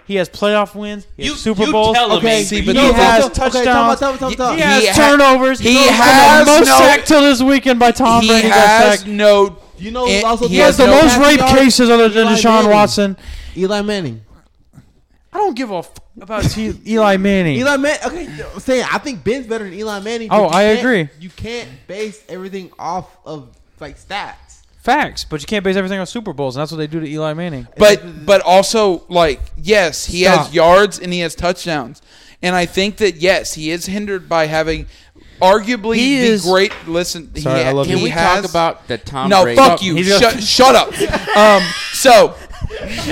[SPEAKER 3] He has playoff wins. He has
[SPEAKER 2] You-
[SPEAKER 3] Super
[SPEAKER 2] you
[SPEAKER 3] Bowls.
[SPEAKER 2] tell him,
[SPEAKER 1] Okay,
[SPEAKER 2] Avery.
[SPEAKER 1] see,
[SPEAKER 3] He
[SPEAKER 1] but
[SPEAKER 3] has
[SPEAKER 4] No, okay, time out,
[SPEAKER 3] touchdowns.
[SPEAKER 4] time out, time out, time out.
[SPEAKER 3] He has
[SPEAKER 1] He ha-
[SPEAKER 3] turnovers.
[SPEAKER 1] he
[SPEAKER 3] He's the
[SPEAKER 1] has
[SPEAKER 3] most
[SPEAKER 1] no-
[SPEAKER 3] sacked till this weekend by Tom
[SPEAKER 1] he
[SPEAKER 3] Brady. got
[SPEAKER 1] has
[SPEAKER 3] sacked.
[SPEAKER 1] no.
[SPEAKER 4] You know,
[SPEAKER 1] It-
[SPEAKER 4] who also
[SPEAKER 1] he
[SPEAKER 3] He
[SPEAKER 1] has
[SPEAKER 3] has the
[SPEAKER 1] no
[SPEAKER 3] most rape
[SPEAKER 4] yards?
[SPEAKER 3] cases other than
[SPEAKER 4] Eli
[SPEAKER 3] Deshaun
[SPEAKER 4] Manning.
[SPEAKER 3] Watson.
[SPEAKER 4] Eli Manning.
[SPEAKER 3] I don't give a f- about T- Eli Manning.
[SPEAKER 4] Eli Manning. Okay, I'm saying I think Ben's better than Eli Manning. but
[SPEAKER 3] Oh,
[SPEAKER 4] you
[SPEAKER 3] I
[SPEAKER 4] can't-
[SPEAKER 3] agree.
[SPEAKER 4] You can't base everything off of like stats.
[SPEAKER 3] Facts, but you can't base everything on Super Bowls, and that's what they do to Eli Manning.
[SPEAKER 1] But but also like yes, he has
[SPEAKER 3] Stop.
[SPEAKER 1] yards and he has touchdowns, and I think that yes, he is hindered by having arguably
[SPEAKER 3] He
[SPEAKER 1] the
[SPEAKER 3] is-
[SPEAKER 1] great. Listen,
[SPEAKER 3] Sorry,
[SPEAKER 1] he,
[SPEAKER 3] I love
[SPEAKER 1] he
[SPEAKER 3] you.
[SPEAKER 2] Can we
[SPEAKER 1] has,
[SPEAKER 2] talk about the Tom
[SPEAKER 1] no,
[SPEAKER 2] Brady?
[SPEAKER 1] fuck
[SPEAKER 3] No,
[SPEAKER 1] you.
[SPEAKER 3] he's
[SPEAKER 1] Shut,
[SPEAKER 3] got-
[SPEAKER 1] shut up. Um, so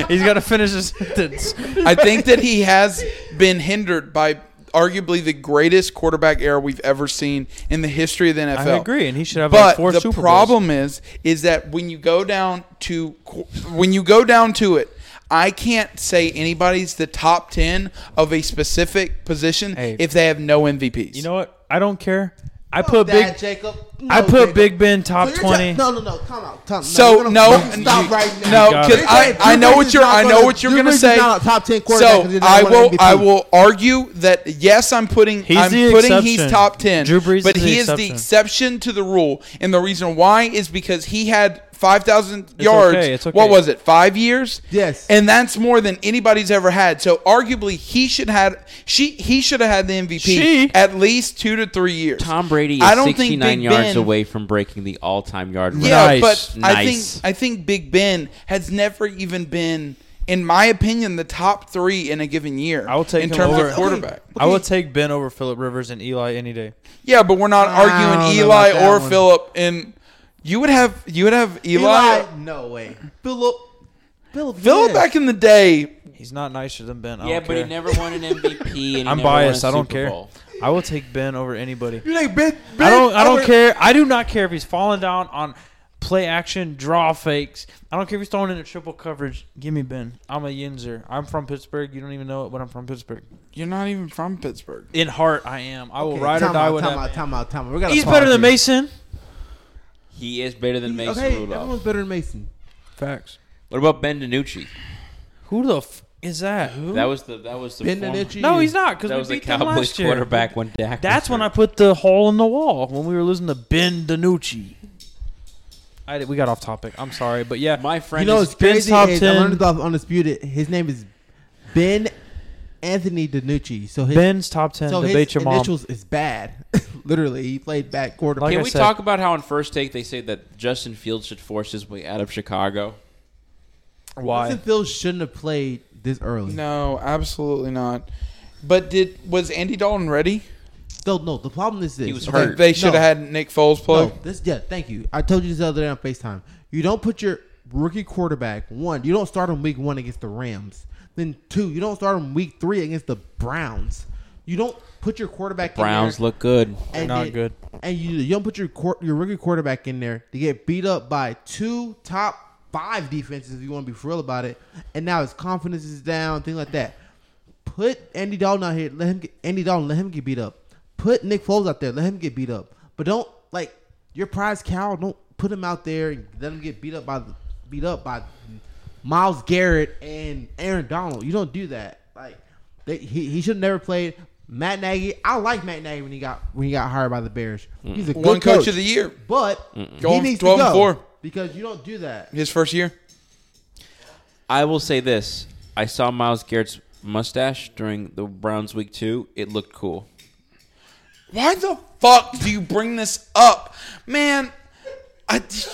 [SPEAKER 3] He's got to finish his sentence.
[SPEAKER 1] I think that he has been hindered by arguably the greatest quarterback era we've ever seen in the history of the NFL.
[SPEAKER 3] I agree, and he should have
[SPEAKER 1] but
[SPEAKER 3] like four
[SPEAKER 1] the
[SPEAKER 3] Super
[SPEAKER 1] problem is, is that when you go down to qu- when you go down to it. I can't say anybody's the top ten of a specific position
[SPEAKER 3] Hey.
[SPEAKER 1] if they have no MVPs.
[SPEAKER 3] You know what? I don't care. I
[SPEAKER 4] Fuck
[SPEAKER 3] put
[SPEAKER 4] that,
[SPEAKER 3] big.
[SPEAKER 4] Jacob.
[SPEAKER 3] I
[SPEAKER 4] No,
[SPEAKER 3] put
[SPEAKER 4] Jacob.
[SPEAKER 3] Big Ben top
[SPEAKER 4] So you're
[SPEAKER 3] twenty.
[SPEAKER 4] ta- no, no, no. Come out. Come.
[SPEAKER 1] So
[SPEAKER 4] we're gonna-
[SPEAKER 1] no,
[SPEAKER 4] we're gonna stop right now.
[SPEAKER 1] no,
[SPEAKER 3] Got
[SPEAKER 1] because
[SPEAKER 3] it.
[SPEAKER 1] I, I know what you're I know what you're
[SPEAKER 4] Drew
[SPEAKER 1] gonna
[SPEAKER 4] Brees is
[SPEAKER 1] say.
[SPEAKER 4] not a top 10 quarterback
[SPEAKER 1] So
[SPEAKER 4] because he's not
[SPEAKER 1] I
[SPEAKER 4] winning
[SPEAKER 1] will
[SPEAKER 4] MVP.
[SPEAKER 1] I will argue that yes, I'm putting
[SPEAKER 3] He's
[SPEAKER 1] I'm
[SPEAKER 3] the
[SPEAKER 1] putting he's
[SPEAKER 3] exception.
[SPEAKER 1] top ten,
[SPEAKER 3] Drew Brees
[SPEAKER 1] but
[SPEAKER 3] is the
[SPEAKER 1] he is the
[SPEAKER 3] exception.
[SPEAKER 1] exception to the rule, and the reason why is because he had. 5,000 yards.
[SPEAKER 3] okay, it's okay.
[SPEAKER 1] What was it? Five years.
[SPEAKER 4] Yes.
[SPEAKER 1] and that's more than anybody's ever had. So arguably, he should had she he should have had the MVP
[SPEAKER 3] She?
[SPEAKER 1] at least two to three years.
[SPEAKER 2] Tom Brady
[SPEAKER 1] I
[SPEAKER 2] is
[SPEAKER 1] don't think
[SPEAKER 2] 69
[SPEAKER 1] Big
[SPEAKER 2] yards
[SPEAKER 1] Ben-
[SPEAKER 2] away from breaking the all-time yard record.
[SPEAKER 1] Yeah,
[SPEAKER 3] Nice.
[SPEAKER 1] but I
[SPEAKER 2] Nice.
[SPEAKER 1] think I think Big Ben has never even been, in my opinion, the top three in a given year.
[SPEAKER 3] I will take
[SPEAKER 1] in
[SPEAKER 3] him
[SPEAKER 1] terms
[SPEAKER 3] over-
[SPEAKER 1] of quarterback.
[SPEAKER 3] I would take Ben over Philip Rivers and Eli any day.
[SPEAKER 1] Yeah, but we're not
[SPEAKER 4] I don't
[SPEAKER 1] arguing
[SPEAKER 4] know
[SPEAKER 1] Eli
[SPEAKER 4] about that
[SPEAKER 1] or
[SPEAKER 4] one.
[SPEAKER 1] Philip. And you would have you would have Eli.
[SPEAKER 4] Eli. No way. Philip. Philip.
[SPEAKER 1] Philip back in the day.
[SPEAKER 3] He's not nicer than Ben. I
[SPEAKER 2] Yeah,
[SPEAKER 3] don't
[SPEAKER 2] but he
[SPEAKER 3] care.
[SPEAKER 2] never won an MVP. And he
[SPEAKER 3] I'm
[SPEAKER 2] never won a
[SPEAKER 3] biased. I don't
[SPEAKER 2] Super
[SPEAKER 3] care.
[SPEAKER 2] Bowl.
[SPEAKER 3] I will take Ben over anybody.
[SPEAKER 4] You think Ben?
[SPEAKER 3] I don't. I don't
[SPEAKER 4] over-
[SPEAKER 3] care. I do not care if he's falling down on play action, draw fakes. I don't care if he's throwing into triple coverage. Give me Ben. I'm a Yinzer. I'm from Pittsburgh. You don't even know it, but I'm from Pittsburgh.
[SPEAKER 1] You're not even from Pittsburgh.
[SPEAKER 3] In heart, I am. I will
[SPEAKER 4] Okay,
[SPEAKER 3] ride or
[SPEAKER 4] time
[SPEAKER 3] die
[SPEAKER 4] out,
[SPEAKER 3] with
[SPEAKER 4] time
[SPEAKER 3] that.
[SPEAKER 4] out,
[SPEAKER 3] man.
[SPEAKER 4] time out, time out. We gotta
[SPEAKER 3] He's
[SPEAKER 4] pause
[SPEAKER 3] better than
[SPEAKER 4] here.
[SPEAKER 3] Mason.
[SPEAKER 2] He is better than Mason
[SPEAKER 4] Okay, everyone's
[SPEAKER 2] Rudolph.
[SPEAKER 4] better than Mason.
[SPEAKER 3] Facts.
[SPEAKER 2] What about Ben DiNucci?
[SPEAKER 3] Who the f- is that? Who?
[SPEAKER 2] That was the that was the
[SPEAKER 4] Ben
[SPEAKER 2] former-
[SPEAKER 4] DiNucci.
[SPEAKER 3] no, he's not. Because
[SPEAKER 2] that was
[SPEAKER 3] we
[SPEAKER 2] the
[SPEAKER 3] beat them
[SPEAKER 2] Cowboys
[SPEAKER 3] last year.
[SPEAKER 2] quarterback when Dak.
[SPEAKER 3] That's when I put the hole in the wall when we were losing to Ben DiNucci. I did, we got off topic. I'm sorry, but yeah,
[SPEAKER 2] my friend.
[SPEAKER 4] You know
[SPEAKER 2] is,
[SPEAKER 4] what's
[SPEAKER 3] Ben's
[SPEAKER 4] crazy
[SPEAKER 3] top
[SPEAKER 4] is
[SPEAKER 3] 10.
[SPEAKER 4] I learned about undisputed. His name is Ben Anthony DiNucci. So his
[SPEAKER 3] Ben's top ten.
[SPEAKER 4] so
[SPEAKER 3] debate
[SPEAKER 4] his
[SPEAKER 3] your mom.
[SPEAKER 4] initials is bad. Literally, he played bad quarterback.
[SPEAKER 3] Like
[SPEAKER 2] can
[SPEAKER 3] I
[SPEAKER 2] we
[SPEAKER 3] said-
[SPEAKER 2] talk about how on first take they say that Justin Fields should force his way out of Chicago?
[SPEAKER 3] Why?
[SPEAKER 4] Justin Fields shouldn't have played this early. No.
[SPEAKER 1] No, absolutely not. But did was Andy Dalton ready?
[SPEAKER 4] So, no, the problem is this.
[SPEAKER 2] was
[SPEAKER 1] They-
[SPEAKER 2] hurt.
[SPEAKER 1] They should
[SPEAKER 4] No.
[SPEAKER 1] have had Nick Foles play.
[SPEAKER 4] No, this yeah, thank you. I told you this the other day on FaceTime. You don't put your rookie quarterback one, you don't start him week one against the Rams. Then two, you don't start him week three against the Browns. You don't put your quarterback
[SPEAKER 2] Browns
[SPEAKER 4] in there
[SPEAKER 2] look good.
[SPEAKER 4] and
[SPEAKER 3] Not
[SPEAKER 4] then-
[SPEAKER 3] good.
[SPEAKER 4] And you, you don't put your quar- your rookie quarterback in there to get beat up by two top five defenses if you want to be for real about it. And now his confidence is down, things like that. Put Andy Dalton out here. Let him get Andy Dalton. Let him get beat up. Put Nick Foles out there. Let him get beat up. But don't like your prize cow. Don't put him out there and let him get beat up by the- beat up by Miles Garrett and Aaron Donald. You don't do that. Like they, he he should have never played. Matt Nagy. I like Matt Nagy when he got when he got hired by the Bears. He's a good
[SPEAKER 1] One coach of the year.
[SPEAKER 4] but he
[SPEAKER 1] Going
[SPEAKER 4] needs to
[SPEAKER 1] 12 and
[SPEAKER 4] go
[SPEAKER 1] four.
[SPEAKER 4] because you don't do that.
[SPEAKER 1] His first year.
[SPEAKER 2] I will say this: I saw Miles Garrett's mustache during the Browns week two. It looked cool.
[SPEAKER 1] Why the fuck do you bring this up, man? I, you just,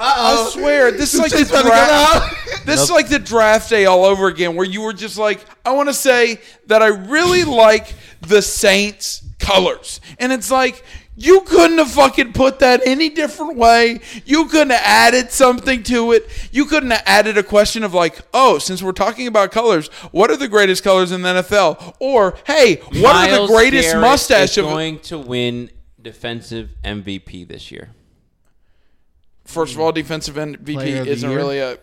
[SPEAKER 1] I swear this is like the draft. This is like the draft day all over again, where you were just like, I want to say that I really like the Saints colors, and it's like. You couldn't have fucking put that any different way. You couldn't have added something to it. You couldn't have added a question of like, oh, since we're talking about colors, what are the greatest colors in the NFL? Or hey, what are the
[SPEAKER 2] Miles
[SPEAKER 1] greatest
[SPEAKER 2] Garrett
[SPEAKER 1] mustache
[SPEAKER 2] is
[SPEAKER 1] of
[SPEAKER 2] going to win defensive MVP this year?
[SPEAKER 1] First of all, defensive MVP
[SPEAKER 4] Player of the
[SPEAKER 1] isn't
[SPEAKER 4] year.
[SPEAKER 1] really a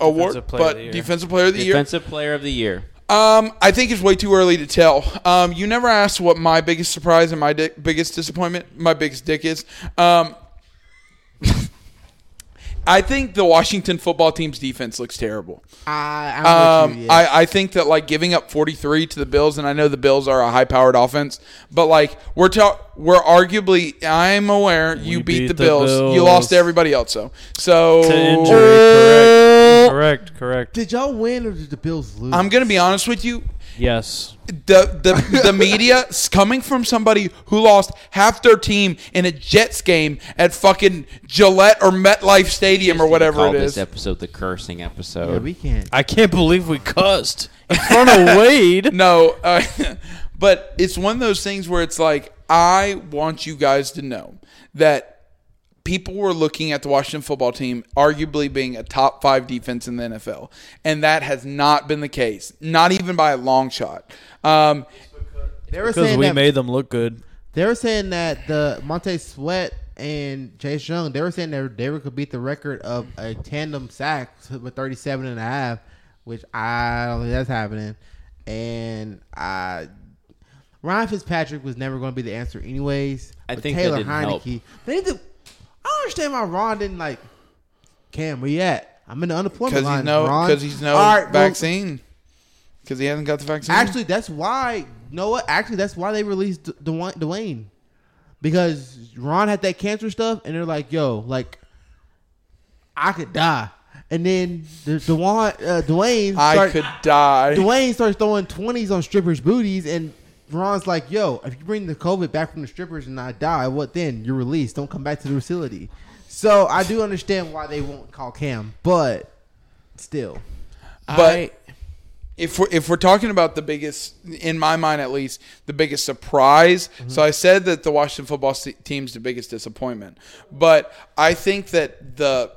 [SPEAKER 1] award,
[SPEAKER 3] Defensive player of
[SPEAKER 1] but
[SPEAKER 3] the year.
[SPEAKER 1] defensive player of the year.
[SPEAKER 2] Defensive player of the year.
[SPEAKER 1] Um, I think it's way too early to tell. Um, you never asked what my biggest surprise and my di- biggest disappointment, my biggest dick is. Um, I think the Washington football team's defense looks terrible.
[SPEAKER 4] I I'm
[SPEAKER 1] Um,
[SPEAKER 4] with you, yeah.
[SPEAKER 1] I, I think that like giving up 43 to the Bills, and I know the Bills are a high-powered offense, but like we're ta- we're arguably, I'm aware you
[SPEAKER 3] We
[SPEAKER 1] beat,
[SPEAKER 3] beat
[SPEAKER 1] the,
[SPEAKER 3] the
[SPEAKER 1] Bills. you lost to
[SPEAKER 3] Bills.
[SPEAKER 1] everybody else, though. So
[SPEAKER 3] to injury. Correct. Correct. Correct.
[SPEAKER 4] did y'all win or did the Bills lose?
[SPEAKER 1] I'm gonna be honest with you.
[SPEAKER 3] Yes.
[SPEAKER 1] The the the media is coming from somebody who lost half their team in a Jets game at fucking Gillette or MetLife Stadium or whatever
[SPEAKER 2] Call
[SPEAKER 1] it
[SPEAKER 2] this
[SPEAKER 1] is.
[SPEAKER 2] episode the cursing episode.
[SPEAKER 4] Yeah, we can't.
[SPEAKER 3] I can't believe we cussed in front of Wade.
[SPEAKER 1] No, uh, but it's one of those things where it's like I want you guys to know that people were looking at the Washington football team arguably being a top 5 defense in the NFL and that has not been the case not even by a long shot um,
[SPEAKER 4] They were
[SPEAKER 3] Because
[SPEAKER 4] saying
[SPEAKER 3] we
[SPEAKER 4] that
[SPEAKER 3] made them look good.
[SPEAKER 4] they were saying that the Monte Sweat and Chase Young, they were saying that they could beat the record of a tandem sack with 37 and a half, which I don't think that's happening. And I Ryan Fitzpatrick was never going to be the answer, anyways.
[SPEAKER 2] I
[SPEAKER 4] But
[SPEAKER 2] think that didn't help.
[SPEAKER 4] They need to. I don't understand why Ron didn't like. Cam, where you at? I'm in the unemployment
[SPEAKER 1] Because
[SPEAKER 4] line.
[SPEAKER 1] he's no,
[SPEAKER 4] Ron."
[SPEAKER 1] because he's no
[SPEAKER 4] All right, well,
[SPEAKER 1] vaccine. Because he hasn't got the vaccine.
[SPEAKER 4] Actually, that's why. You know what? Actually, that's why they released D- Dwayne, Dwayne because Ron had that cancer stuff, and they're like, "Yo, like, I could die." And then the Dwayne, uh, Dwayne,
[SPEAKER 1] I
[SPEAKER 4] start-
[SPEAKER 1] could die.
[SPEAKER 4] Dwayne starts throwing twenties on strippers' booties, and Ron's like, "Yo, if you bring the COVID back from the strippers and I die, what then? You're released. Don't come back to the facility." So I do understand why they won't call Cam, but still,
[SPEAKER 1] But if we're, if we're talking about the biggest, in my mind at least, the biggest surprise.
[SPEAKER 4] Mm-hmm.
[SPEAKER 1] So I said that the Washington football se- team's the biggest disappointment, but I think that the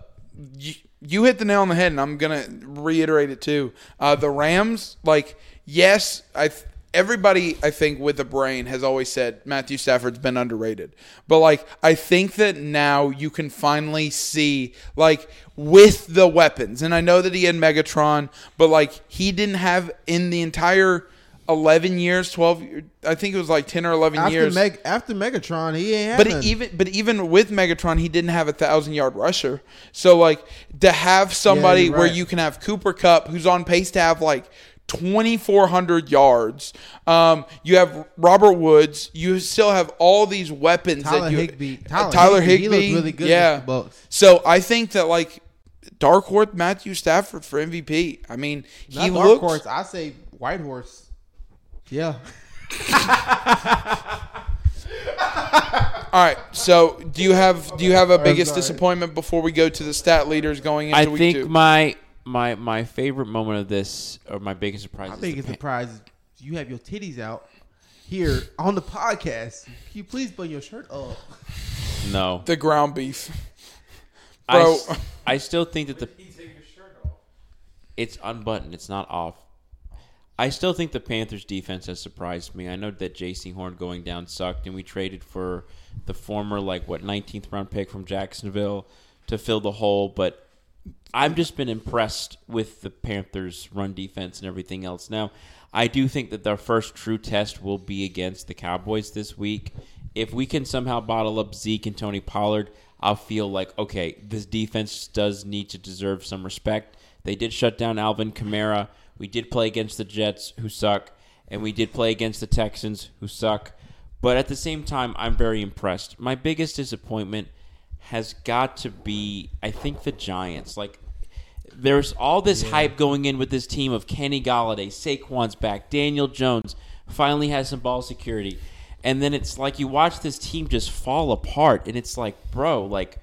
[SPEAKER 1] you, you hit the nail on the head, and I'm gonna reiterate it too. Uh, the Rams, like yes, I. th- Everybody, I think, with a brain has always said Matthew Stafford's been underrated. But, like, I think that now you can finally see, like, with the weapons, and I know that he had Megatron, but, like, he didn't have in the entire 11 years, 12, I think it was like 10 or 11
[SPEAKER 4] after,
[SPEAKER 1] years.
[SPEAKER 4] Meg- after Megatron, he ain't.
[SPEAKER 1] But
[SPEAKER 4] having-
[SPEAKER 1] even but even with Megatron, he didn't have a thousand yard rusher. So like to have somebody
[SPEAKER 4] Yeah, you're
[SPEAKER 1] where
[SPEAKER 4] right.
[SPEAKER 1] you can have Cooper Cup, who's on pace to have like twenty four hundred yards. Um, you have Robert Woods. You still have all these weapons.
[SPEAKER 4] Tyler
[SPEAKER 1] that you, uh,
[SPEAKER 4] Higbee.
[SPEAKER 1] Tyler,
[SPEAKER 4] Tyler
[SPEAKER 1] Higby.
[SPEAKER 4] Higbee, he looked really good
[SPEAKER 1] Yeah.
[SPEAKER 4] against the Bucks.
[SPEAKER 1] So I think that like dark horse Matthew Stafford for MVP. I mean,
[SPEAKER 4] Not
[SPEAKER 1] he
[SPEAKER 4] Dark
[SPEAKER 1] looks.
[SPEAKER 4] Horse. I say White Horse. Yeah,
[SPEAKER 1] All right. So do you have do you have a biggest
[SPEAKER 4] sorry.
[SPEAKER 1] disappointment before we go to the stat leaders going into
[SPEAKER 2] I
[SPEAKER 1] week
[SPEAKER 2] think
[SPEAKER 1] two?
[SPEAKER 2] my my my favorite moment of this, or my biggest surprise,
[SPEAKER 4] my
[SPEAKER 2] is
[SPEAKER 4] biggest
[SPEAKER 2] the Pan-
[SPEAKER 4] surprise is you have your titties out here on the podcast. Can you please button your shirt up?
[SPEAKER 2] no.
[SPEAKER 1] the ground beef.
[SPEAKER 2] I
[SPEAKER 1] Bro.
[SPEAKER 2] s- I, still think that the it's unbuttoned. It's not off. I still think the Panthers defense has surprised me. I know that J.C. Horn going down sucked, and we traded for the former like what 19th round pick from Jacksonville to fill the hole. But I've just been impressed with the Panthers' run defense and everything else. Now, I do think that their first true test will be against the Cowboys this week. If we can somehow bottle up Zeke and Tony Pollard, I'll feel like okay, this defense does need to deserve some respect. They did shut down Alvin Kamara. We did play against the Jets, who suck, and we did play against the Texans, who suck. But at the same time, I'm very impressed. My biggest disappointment has got to be, I think, the Giants. Like, there's all this hype going in with this team of Kenny Galladay, Saquon's back, Daniel Jones finally has some ball security. And then it's like you watch this team just fall apart, and it's like, bro, like,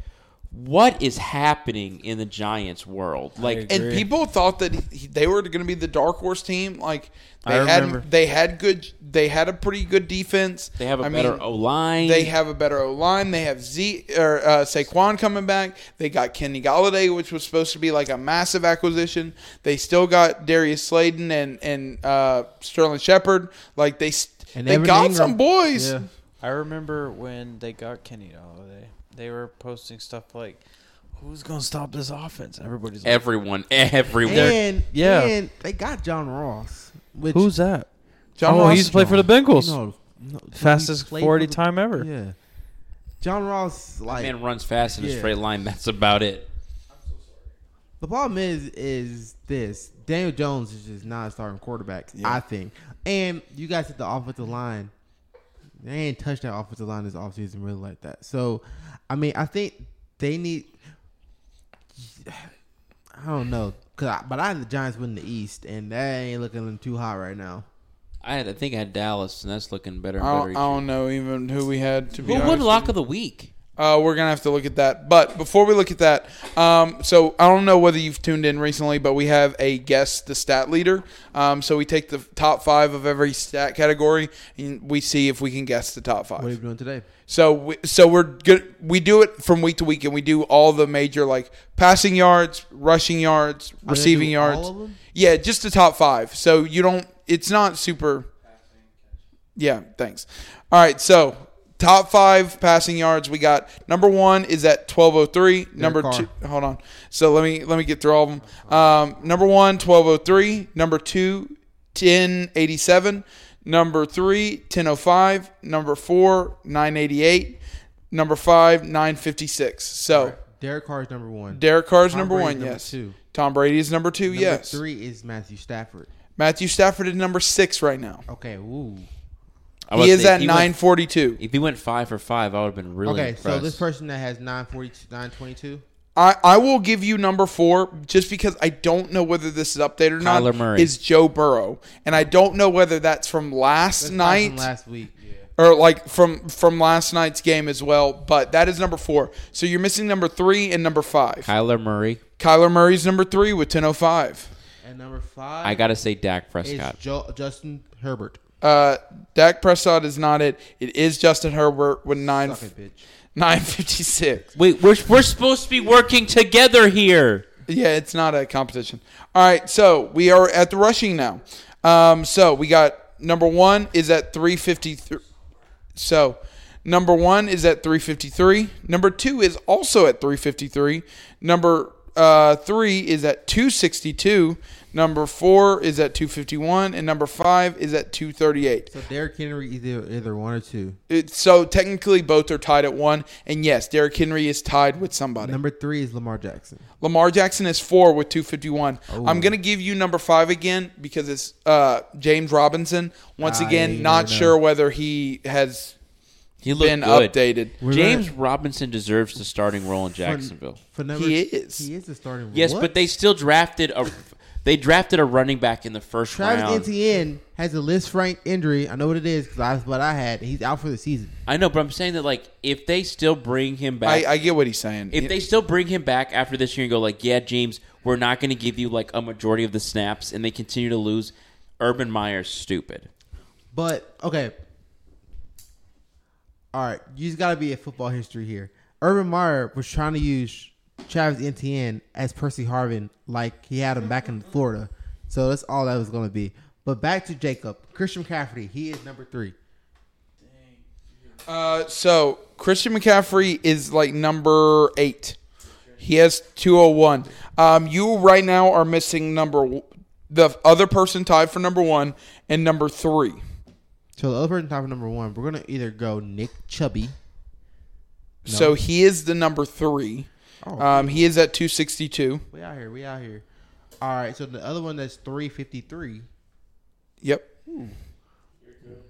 [SPEAKER 2] what is happening in the Giants world? Like,
[SPEAKER 1] And people thought that he, they were going to be the dark horse team. Like they
[SPEAKER 3] I remember.
[SPEAKER 1] had, they had good, they had a pretty good defense.
[SPEAKER 2] they have a
[SPEAKER 1] a
[SPEAKER 2] better O line.
[SPEAKER 1] They have a better O line. They have Z or uh, Saquon coming back. They got Kenny Galladay, which was supposed to be like a massive acquisition. They still got Darius Sladen and and uh, Sterling Shepard. Like they s-
[SPEAKER 4] And
[SPEAKER 1] they
[SPEAKER 4] Evan
[SPEAKER 1] got
[SPEAKER 4] Ingram.
[SPEAKER 1] some boys.
[SPEAKER 4] Yeah.
[SPEAKER 3] I remember when they got Kenny Galladay, they were posting stuff like, "Who's gonna stop this offense?" And Everybody's like,
[SPEAKER 2] everyone, everyone.
[SPEAKER 4] And
[SPEAKER 3] yeah.
[SPEAKER 4] yeah, and they got John Ross. Which
[SPEAKER 3] "Who's that?"
[SPEAKER 1] John
[SPEAKER 3] oh,
[SPEAKER 1] Ross-
[SPEAKER 3] he used to play for the
[SPEAKER 4] you
[SPEAKER 3] Bengals.
[SPEAKER 4] know, no-
[SPEAKER 3] Fastest
[SPEAKER 4] he played
[SPEAKER 3] forty
[SPEAKER 4] for the-
[SPEAKER 3] time ever.
[SPEAKER 4] Yeah, John Ross. Like
[SPEAKER 2] man runs fast in a
[SPEAKER 4] Yeah.
[SPEAKER 2] straight line. That's about it.
[SPEAKER 4] The problem is, is this Daniel Jones is just not a starting quarterback. I think, and you guys at the offensive line, they ain't touched that offensive line this offseason really like that. So, I mean, I think they need. I don't know, cause I, but I had the Giants win the East, and that ain't looking too hot right now.
[SPEAKER 2] I had, I think I had Dallas, and that's looking better. And
[SPEAKER 1] I
[SPEAKER 2] better
[SPEAKER 1] don't, I don't know even who we had to be.
[SPEAKER 2] Who
[SPEAKER 1] honest.
[SPEAKER 2] won lock of the week?
[SPEAKER 1] Uh, we're gonna have to look at that. But before we look at that, um, so I don't know whether you've tuned in recently, but we have a guest, the stat leader. Um, so we take the top five of every stat category, and we see if we can guess the top
[SPEAKER 4] What are you
[SPEAKER 1] five.
[SPEAKER 4] doing today?
[SPEAKER 1] So we, so we're good. We do it from week to week, and we do all the major like passing yards, rushing yards,
[SPEAKER 4] gonna
[SPEAKER 1] receiving
[SPEAKER 4] do
[SPEAKER 1] yards.
[SPEAKER 4] all of them?
[SPEAKER 1] Yeah, just the top five. So you don't. It's not super. Yeah, thanks. All right, so top five passing yards we got. Number one is at twelve oh three. Number
[SPEAKER 4] Carr.
[SPEAKER 1] two, hold on. So let me let me get through all of oh them. Um, number one, 1203. Number two, 1087. Number three, 1005. Number four, 988. Number five, 956. So
[SPEAKER 4] Derek Carr is number one.
[SPEAKER 1] Derek Carr's
[SPEAKER 4] Tom
[SPEAKER 1] number
[SPEAKER 4] Brady's
[SPEAKER 1] one,
[SPEAKER 4] number
[SPEAKER 1] yes.
[SPEAKER 4] two.
[SPEAKER 1] Tom Brady is number two,
[SPEAKER 4] Number
[SPEAKER 1] yes.
[SPEAKER 4] Three is Matthew Stafford.
[SPEAKER 1] Matthew Stafford is number six right now.
[SPEAKER 4] Okay. Ooh.
[SPEAKER 2] I was
[SPEAKER 1] He is
[SPEAKER 2] thinking
[SPEAKER 1] at
[SPEAKER 2] if went-
[SPEAKER 1] 942.
[SPEAKER 2] if he went five for five, I would have been really
[SPEAKER 4] Okay.
[SPEAKER 2] impressed.
[SPEAKER 4] So this person that has 942, 922.
[SPEAKER 1] I, I will give you number four just because I don't know whether this is updated or not.
[SPEAKER 2] Kyler Murray.
[SPEAKER 1] Is Joe Burrow. And I don't know whether that's from last
[SPEAKER 4] That's not
[SPEAKER 1] night
[SPEAKER 4] from last week.
[SPEAKER 1] or like from from last night's game as well. But that is number four. So you're missing number three and number five.
[SPEAKER 2] Kyler Murray.
[SPEAKER 1] Kyler Murray's number three with 1005.
[SPEAKER 4] And number five.
[SPEAKER 2] I gotta say Dak
[SPEAKER 4] Uh, is
[SPEAKER 2] Prescott.
[SPEAKER 4] jo- Justin Herbert.
[SPEAKER 1] Uh, Dak Prescott is not it. It is Justin Herbert with nine,
[SPEAKER 4] Fucking bitch.
[SPEAKER 1] 956.
[SPEAKER 2] Wait, we're we're supposed to be working together here.
[SPEAKER 1] Yeah, it's not a competition. All right, so we are at the rushing now. Um, so we got number one is at 353. So number one is at 353. Number two is also at 353. Number uh, three is at 262. Number four is at 251. And number five is at 238.
[SPEAKER 4] So Derrick Henry either either one or two.
[SPEAKER 1] It, so technically, both are tied at one. And yes, Derrick Henry is tied with somebody.
[SPEAKER 4] Number three is Lamar Jackson.
[SPEAKER 1] Lamar Jackson is four with 251.
[SPEAKER 2] Oh.
[SPEAKER 1] I'm going to give you number five again because it's uh, James Robinson. Once
[SPEAKER 4] Ah, yeah,
[SPEAKER 1] again,
[SPEAKER 4] you
[SPEAKER 1] not
[SPEAKER 4] never know.
[SPEAKER 1] sure whether he has
[SPEAKER 2] He looked
[SPEAKER 1] been
[SPEAKER 2] good.
[SPEAKER 1] updated.
[SPEAKER 4] We're
[SPEAKER 2] James
[SPEAKER 4] gonna-
[SPEAKER 2] Robinson deserves the starting role in Jacksonville.
[SPEAKER 4] For number,
[SPEAKER 1] He is.
[SPEAKER 4] He is the starting.
[SPEAKER 2] Yes,
[SPEAKER 4] What?
[SPEAKER 2] but they still drafted a they drafted a running back in the first
[SPEAKER 4] Travis
[SPEAKER 2] round.
[SPEAKER 4] Etienne has a Liz Frank injury. I know what it is because that's what I had. He's out for the season.
[SPEAKER 2] I know, but I'm saying that like if they still bring him back,
[SPEAKER 1] I, I get what he's saying.
[SPEAKER 2] if they still bring him back after this year and go like, yeah, James, we're not going to give you like a majority of the snaps, and they continue to lose, Urban Meyer's stupid.
[SPEAKER 4] But okay, all right. You just got to be a football history here. Urban Meyer was trying to use Travis Etienne as Percy Harvin, like he had him back in Florida. So that's all that was going to be. But back to Jacob Christian McCaffrey. He is number three.
[SPEAKER 1] uh, so Christian McCaffrey is like number eight. He has 201. Um, you right now are missing number w- the other person tied for number one and number three.
[SPEAKER 4] So the other person top of number one, we're gonna either go Nick Chubby.
[SPEAKER 1] So he is the number three.
[SPEAKER 4] Oh.
[SPEAKER 1] Um, he is at 262.
[SPEAKER 4] We out here. We out here. All right. So the other one that's three fifty three.
[SPEAKER 1] Yep.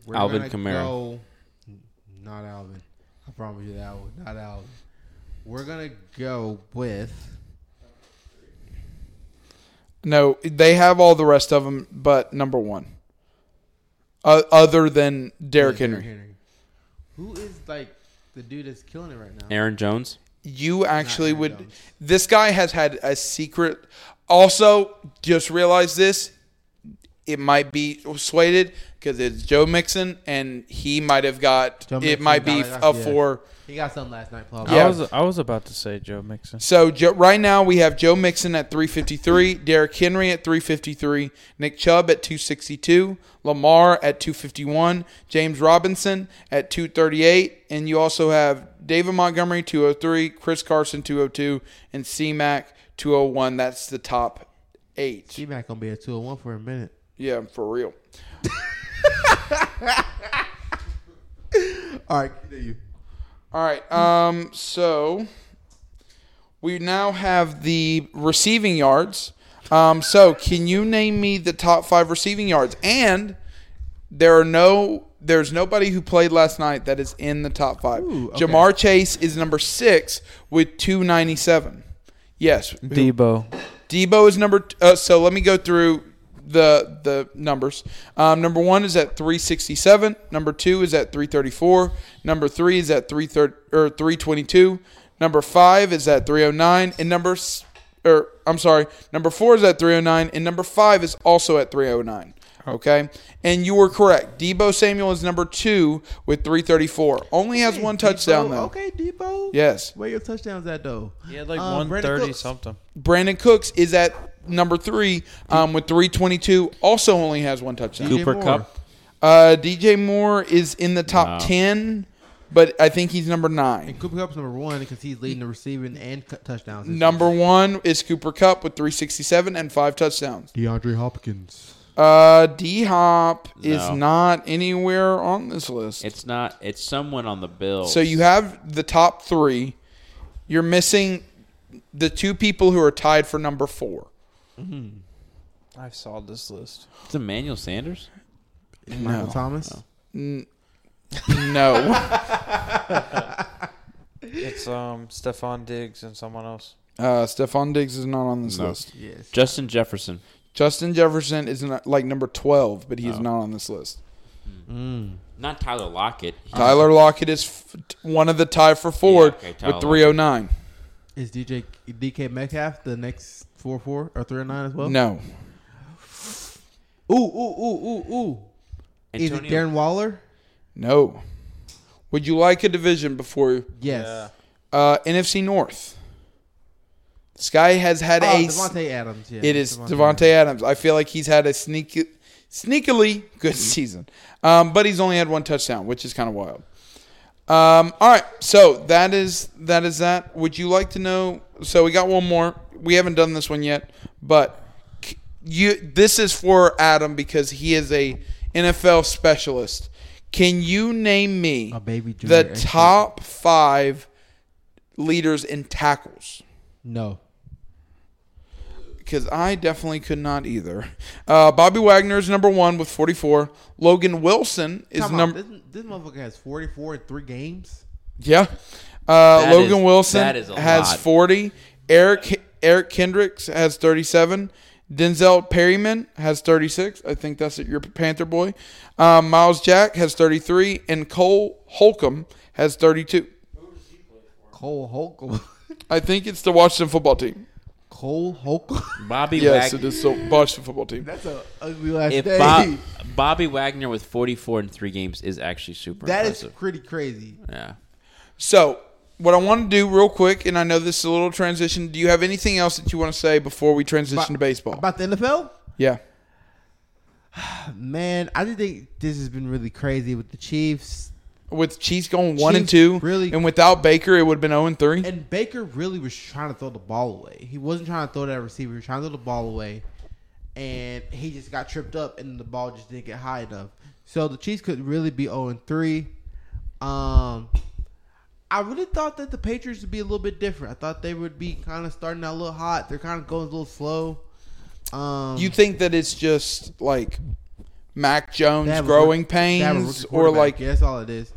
[SPEAKER 4] We're
[SPEAKER 2] Alvin
[SPEAKER 4] gonna
[SPEAKER 2] Kamara.
[SPEAKER 4] Go, not Alvin. I promise you that one. Not Alvin. We're gonna go with.
[SPEAKER 1] No, they have all the rest of them, but number one. Uh, other than Derrick Henry,
[SPEAKER 4] Who is like the dude that's killing it right now?
[SPEAKER 2] Aaron Jones.
[SPEAKER 1] you actually
[SPEAKER 4] Aaron
[SPEAKER 1] would.
[SPEAKER 4] Jones.
[SPEAKER 1] This guy has had a secret. Also, just realize this. It might be swayed because it's Joe Mixon, and he might have got.
[SPEAKER 4] Joe
[SPEAKER 1] it
[SPEAKER 4] Mixon
[SPEAKER 1] might be
[SPEAKER 4] got it
[SPEAKER 1] up
[SPEAKER 4] off, yeah.
[SPEAKER 1] for.
[SPEAKER 4] He got something last night, Paul.
[SPEAKER 1] Yeah.
[SPEAKER 3] I was I was about to say Joe Mixon.
[SPEAKER 1] So Joe, right now we have Joe Mixon at 353, Derrick Henry at 353, Nick Chubb at 262, Lamar at 251, James Robinson at 238, and you also have David Montgomery 203, Chris Carson 202, and C Mac 201. That's the top eight.
[SPEAKER 4] G Mac gonna be a two and one for a minute.
[SPEAKER 1] Yeah, for real.
[SPEAKER 4] All right, continue.
[SPEAKER 1] All right. Um. So we now have the receiving yards. Um. So can you name me the top five receiving yards? And there are no. There's nobody who played last night that is in the top five.
[SPEAKER 4] Ooh, okay.
[SPEAKER 1] Jamar Chase is number six with two ninety seven. Yes.
[SPEAKER 3] Debo.
[SPEAKER 1] Debo is number. T- uh, so let me go through the the numbers. Um, number one is at 367. Number two is at 334. Number three is at 330 or 322. Number five is at 309, and number s- or I'm sorry, number four is at 309, and number five is also at 309. Okay, and you were correct. Debo Samuel is number two with 334. Only has one touchdown though.
[SPEAKER 4] Okay, Debo.
[SPEAKER 1] Yes.
[SPEAKER 4] Where your touchdowns at though?
[SPEAKER 3] He had like
[SPEAKER 4] Um, Brandon
[SPEAKER 3] 130
[SPEAKER 4] Cooks.
[SPEAKER 3] something.
[SPEAKER 1] Brandon Cooks is at number three um, with 322. Also only has one touchdown.
[SPEAKER 4] DJ
[SPEAKER 2] Cooper
[SPEAKER 4] Moore.
[SPEAKER 2] Cup.
[SPEAKER 1] Uh, DJ Moore is in the top
[SPEAKER 2] Wow.
[SPEAKER 1] 10, but I think he's number nine.
[SPEAKER 4] Cooper Cup's number one because he's leading the receiving and cu- touchdowns. this
[SPEAKER 1] Number one is Cooper Cup with 367 and five touchdowns.
[SPEAKER 4] year. DeAndre Hopkins.
[SPEAKER 1] Uh, D Hop is
[SPEAKER 2] No.
[SPEAKER 1] not anywhere on this list.
[SPEAKER 2] It's not. It's someone on the bill.
[SPEAKER 1] so you have the top three. You're missing the two people who are tied for number four.
[SPEAKER 3] I saw this list.
[SPEAKER 2] it's Emmanuel Sanders.
[SPEAKER 4] Michael Thomas.
[SPEAKER 1] No.
[SPEAKER 3] It's um Stefan Diggs and someone else.
[SPEAKER 1] uh, Stefan Diggs is not on this
[SPEAKER 2] No.
[SPEAKER 1] list.
[SPEAKER 4] Yes.
[SPEAKER 2] Justin Jefferson.
[SPEAKER 1] Justin Jefferson is not, like number 12, but he's not on this list.
[SPEAKER 2] Not Tyler Lockett. He's-
[SPEAKER 3] Uh-huh.
[SPEAKER 1] Tyler Lockett is f- t- one of the tie for Ford
[SPEAKER 2] okay, Tyler
[SPEAKER 1] with
[SPEAKER 2] Lockett.
[SPEAKER 1] 309.
[SPEAKER 4] Is DJ DK Metcalf the next four four or three nine as well?
[SPEAKER 1] No.
[SPEAKER 4] Ooh ooh ooh ooh ooh. Is it
[SPEAKER 2] Antonio-
[SPEAKER 4] Darren Waller?
[SPEAKER 1] No. Would you like a division before
[SPEAKER 4] Yes.
[SPEAKER 1] uh, NFC North? This guy has had
[SPEAKER 4] Oh,
[SPEAKER 1] a. s-
[SPEAKER 4] Devontae Adams. Yeah,
[SPEAKER 1] It is Devonte Adams. I feel like he's had a sneak, sneakily good season, um, but he's only had one touchdown, which is kind of wild. Um, all right, so that is that is that. Would you like to know? So we got one more. We haven't done this one yet, but c- you this is for Adam because he is a NFL specialist. Can you name me
[SPEAKER 4] A baby
[SPEAKER 1] the
[SPEAKER 4] junior expert.
[SPEAKER 1] top five leaders in tackles?
[SPEAKER 4] No.
[SPEAKER 1] because I definitely could not either. Uh, Bobby Wagner is number one with 44. Logan Wilson is
[SPEAKER 4] Come on,
[SPEAKER 1] number.
[SPEAKER 4] this, this motherfucker has forty four in three games.
[SPEAKER 1] Yeah. Uh,
[SPEAKER 2] That
[SPEAKER 1] Logan
[SPEAKER 2] is-
[SPEAKER 1] Wilson
[SPEAKER 2] that is a
[SPEAKER 1] has
[SPEAKER 2] lot.
[SPEAKER 1] 40. Eric Eric Kendricks has 37. Denzel Perryman has 36. I think that's your Panther boy. Um, Miles Jack has 33. And Cole Holcomb has 32.
[SPEAKER 4] Cole Holcomb.
[SPEAKER 1] I think it's the Washington football team.
[SPEAKER 4] Cole Holcomb.
[SPEAKER 2] Bobby
[SPEAKER 1] Yes, it
[SPEAKER 2] Wagner.
[SPEAKER 1] is the Washington football team.
[SPEAKER 4] That's a ugly last
[SPEAKER 2] If
[SPEAKER 4] name.
[SPEAKER 2] Bob, Bobby Wagner with 44 in three games is actually super
[SPEAKER 4] that is
[SPEAKER 2] impressive.
[SPEAKER 4] pretty crazy.
[SPEAKER 2] yeah.
[SPEAKER 1] So, what I want to do real quick, and I know this is a little transition. Do you have anything else that you want to say before we transition to baseball?
[SPEAKER 4] About the NFL?
[SPEAKER 1] yeah.
[SPEAKER 4] Man, I just think this has been really crazy with the Chiefs.
[SPEAKER 1] With Chiefs going one and
[SPEAKER 4] Chiefs
[SPEAKER 1] two,
[SPEAKER 4] really-
[SPEAKER 1] and without Baker, it would have been zero and three.
[SPEAKER 4] And Baker really was trying to throw the ball away. He wasn't trying to throw that receiver. He was trying to throw the ball away. And he just got tripped up and the ball just didn't get high enough. So the Chiefs could really be 0 3. Um I really thought that the Patriots would be a little bit different. I thought they would be kind of starting out a little hot. They're kind of going a little slow. Um
[SPEAKER 1] You think that it's just like Mac
[SPEAKER 4] They
[SPEAKER 1] Jones
[SPEAKER 4] have a
[SPEAKER 1] growing
[SPEAKER 4] rook- they have a
[SPEAKER 1] pains,
[SPEAKER 4] rookie
[SPEAKER 1] or
[SPEAKER 4] quarterback.
[SPEAKER 1] like
[SPEAKER 4] yeah, that's all it is.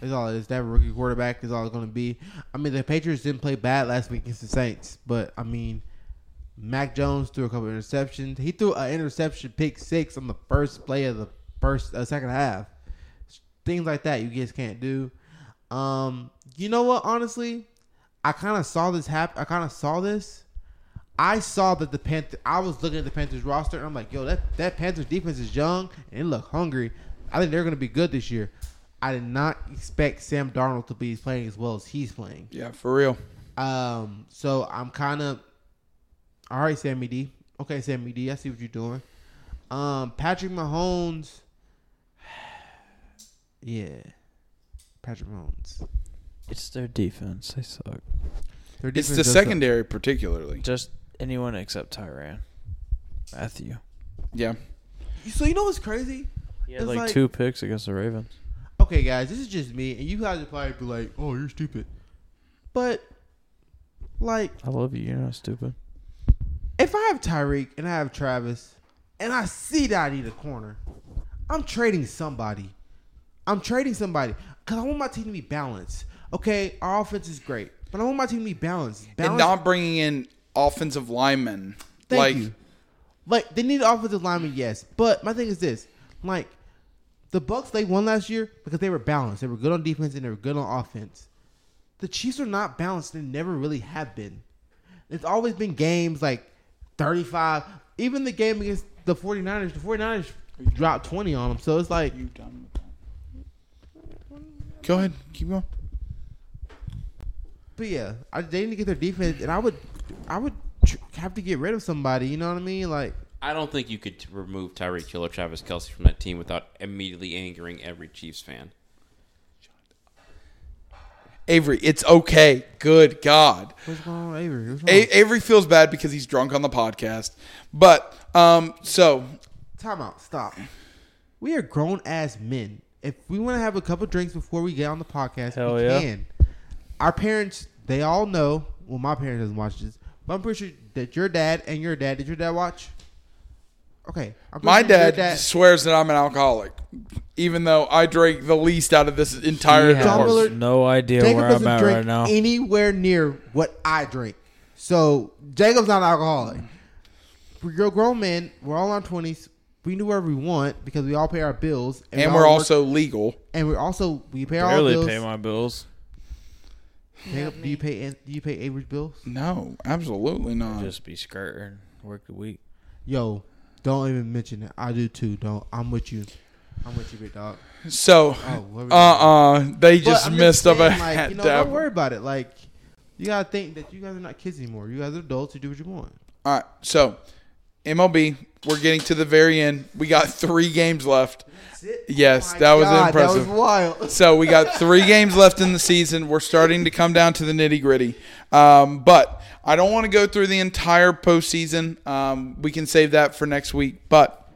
[SPEAKER 4] That's all it is. They have a rookie quarterback is all it's going to be. I mean, the Patriots didn't play bad last week against the Saints, but I mean, Mac Jones threw a couple interceptions. He threw an interception pick six on the first play of the first uh, second half. Things like that you just can't do. Um, you know what? Honestly, I kind of saw this happen. I kind of saw this. I saw that the Panther. I was looking at the Panthers roster, and I'm like, "Yo, that that Panthers defense is young and they look hungry. I think they're going to be good this year." I did not expect Sam Darnold to be playing as well as he's playing.
[SPEAKER 1] yeah, for real.
[SPEAKER 4] Um, so I'm kind of all right, Sammy D. Okay, Sammy D. I see what you're doing. Um, Patrick Mahomes. Yeah, Patrick Mahomes.
[SPEAKER 3] It's their defense. They suck.
[SPEAKER 4] Their
[SPEAKER 1] It's
[SPEAKER 4] defense
[SPEAKER 1] the
[SPEAKER 4] does
[SPEAKER 1] secondary, particularly.
[SPEAKER 3] Just anyone except Tyran. Matthew.
[SPEAKER 1] Yeah,
[SPEAKER 4] suck. So you know what's crazy?
[SPEAKER 3] He
[SPEAKER 4] It's
[SPEAKER 3] like,
[SPEAKER 4] like-
[SPEAKER 3] two picks against the Ravens.
[SPEAKER 4] okay, guys, this is just me, and you guys would probably be like, "Oh, you're stupid," but like,
[SPEAKER 3] I love you. You're not stupid.
[SPEAKER 4] if I have Tyreek and I have Travis, and I see that I need a corner, I'm trading somebody. I'm trading somebody because I want my team to be balanced. Okay, our offense is great, but I want my team to be balanced.
[SPEAKER 1] and
[SPEAKER 4] Balanced
[SPEAKER 1] not bringing in offensive linemen.
[SPEAKER 4] Thank
[SPEAKER 1] like,
[SPEAKER 4] you. Like they need offensive linemen, yes. But my thing is this: like the Bucks, they won last year because they were balanced. They were good on defense and they were good on offense. The Chiefs are not balanced. They never really have been. It's always been games like 35. Even the game against the 49ers, the 49ers dropped 20 on them. So it's like,
[SPEAKER 1] Go ahead, keep going.
[SPEAKER 4] but yeah, I, they need to get their defense. And I would, I would tr- have to get rid of somebody. You know what I mean? Like,
[SPEAKER 2] I don't think you could t- remove Tyreek Hill or Travis Kelsey from that team without immediately angering every Chiefs fan.
[SPEAKER 1] Avery, it's okay. Good God.
[SPEAKER 4] what's going on, with Avery? What's wrong?
[SPEAKER 1] A- Avery feels bad because he's drunk on the podcast. But um, so
[SPEAKER 4] Time out. Stop. We are grown ass men. If we want to have a couple drinks before we get on the podcast,
[SPEAKER 3] Hell
[SPEAKER 4] we
[SPEAKER 3] yeah.
[SPEAKER 4] can. Our parents, they all know. Well, my parents doesn't watch this, but I'm pretty sure that your dad and your dad. Did your dad watch? Okay. I'm pretty
[SPEAKER 1] My
[SPEAKER 4] sure your
[SPEAKER 1] dad swears that I'm an alcoholic, even though I drank the least out of this entire
[SPEAKER 3] He has
[SPEAKER 4] John
[SPEAKER 1] department.
[SPEAKER 4] Miller-
[SPEAKER 3] no idea
[SPEAKER 4] Jacob
[SPEAKER 3] where I'm
[SPEAKER 4] doesn't
[SPEAKER 3] at
[SPEAKER 4] drink
[SPEAKER 3] right now.
[SPEAKER 4] anywhere near what I drink. So Jacob's not an alcoholic. We're grown men. We're all in our twenties. We do whatever we want because we all pay our bills,
[SPEAKER 1] And
[SPEAKER 4] we
[SPEAKER 1] we're
[SPEAKER 4] all work-
[SPEAKER 1] also legal.
[SPEAKER 4] and we're also we pay our
[SPEAKER 3] Barely
[SPEAKER 4] bills.
[SPEAKER 3] pay my bills.
[SPEAKER 4] Jacob, do you pay do you pay Avery's bills?
[SPEAKER 1] No, absolutely not.
[SPEAKER 3] Just be skirting. Work the week.
[SPEAKER 4] Yo, don't even mention it. I do too. Don't. I'm with you. I'm with you, big dog.
[SPEAKER 1] so,
[SPEAKER 4] Oh, what were we
[SPEAKER 1] uh, uh they just
[SPEAKER 4] But I'm
[SPEAKER 1] messed up
[SPEAKER 4] saying,
[SPEAKER 1] a
[SPEAKER 4] like, you know,
[SPEAKER 1] dab-
[SPEAKER 4] Don't worry about it. Like, you gotta think that you guys are not kids anymore. You guys are adults. You do what you want.
[SPEAKER 1] All right, so MLB, we're getting to the very end. We got three games left. Yes,
[SPEAKER 4] Oh My
[SPEAKER 1] that was
[SPEAKER 4] God,
[SPEAKER 1] impressive.
[SPEAKER 4] That was wild.
[SPEAKER 1] so we got three games left in the season. We're starting to come down to the nitty gritty. Um, but I don't want to go through the entire postseason. Um, we can save that for next week. But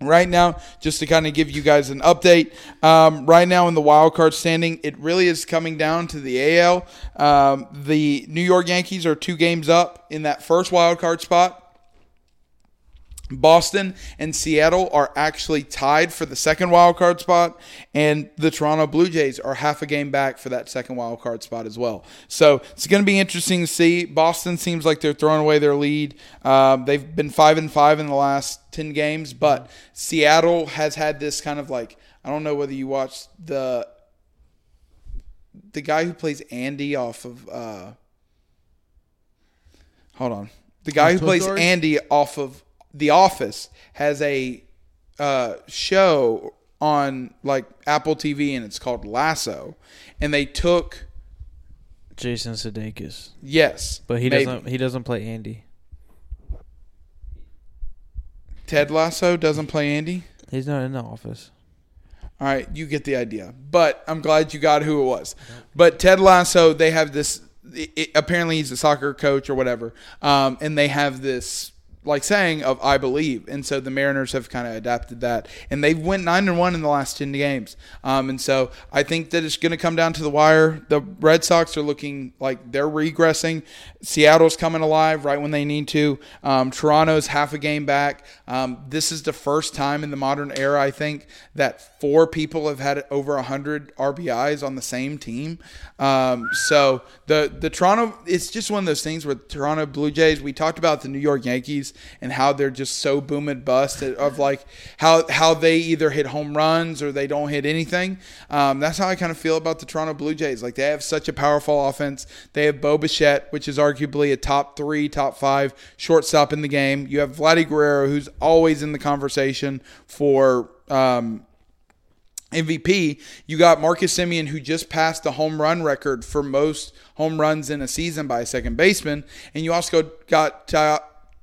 [SPEAKER 1] right now, just to kind of give you guys an update, um, right now in the wild card standing, it really is coming down to the AL. Um, the New York Yankees are two games up in that first wild card spot. Boston and Seattle are actually tied for the second wild card spot, and the Toronto Blue Jays are half a game back for that second wild card spot as well. So it's going to be interesting to see. Boston seems like they're throwing away their lead. Um, they've been five and five in the last ten games, but Seattle has had this kind of like I don't know whether you watched the the guy who plays Andy off of. Uh, hold on, the guy who
[SPEAKER 4] Toy
[SPEAKER 1] plays
[SPEAKER 4] Story?
[SPEAKER 1] Andy off of The Office has a uh, show on like Apple TV, and it's called Lasso, and they took
[SPEAKER 3] Jason Sudeikis,
[SPEAKER 1] yes,
[SPEAKER 3] but he
[SPEAKER 1] maybe.
[SPEAKER 3] doesn't. He doesn't play Andy.
[SPEAKER 1] Ted Lasso doesn't play Andy.
[SPEAKER 3] He's not in the office.
[SPEAKER 1] All right, you get the idea. But I'm glad you got who it was. But Ted Lasso, they have this. It, it- apparently, he's a soccer coach or whatever, um, and they have this like saying of "I believe," and so the Mariners have kind of adapted that, and they've went nine and one in the last ten games. Um, and so I think that it's going to come down to the wire. The Red Sox are looking like they're regressing. Seattle's coming alive right when they need to. Um, Toronto's half a game back. Um, this is the first time in the modern era, I think, that four people have had over 100 RBIs on the same team. Um, so the, the Toronto, it's just one of those things where Toronto Blue Jays, we talked about the New York Yankees and how they're just so boom and bust of like how, how they either hit home runs or they don't hit anything. Um, that's how I kind of feel about the Toronto Blue Jays. Like they have such a powerful offense. They have Bo Bichette, which is arguably a top three, top five shortstop in the game. You have Vladdy Guerrero, who's always in the conversation for um, MVP. You got Marcus Simeon, who just passed the home run record for most home runs in a season by a second baseman, and you also got Ti-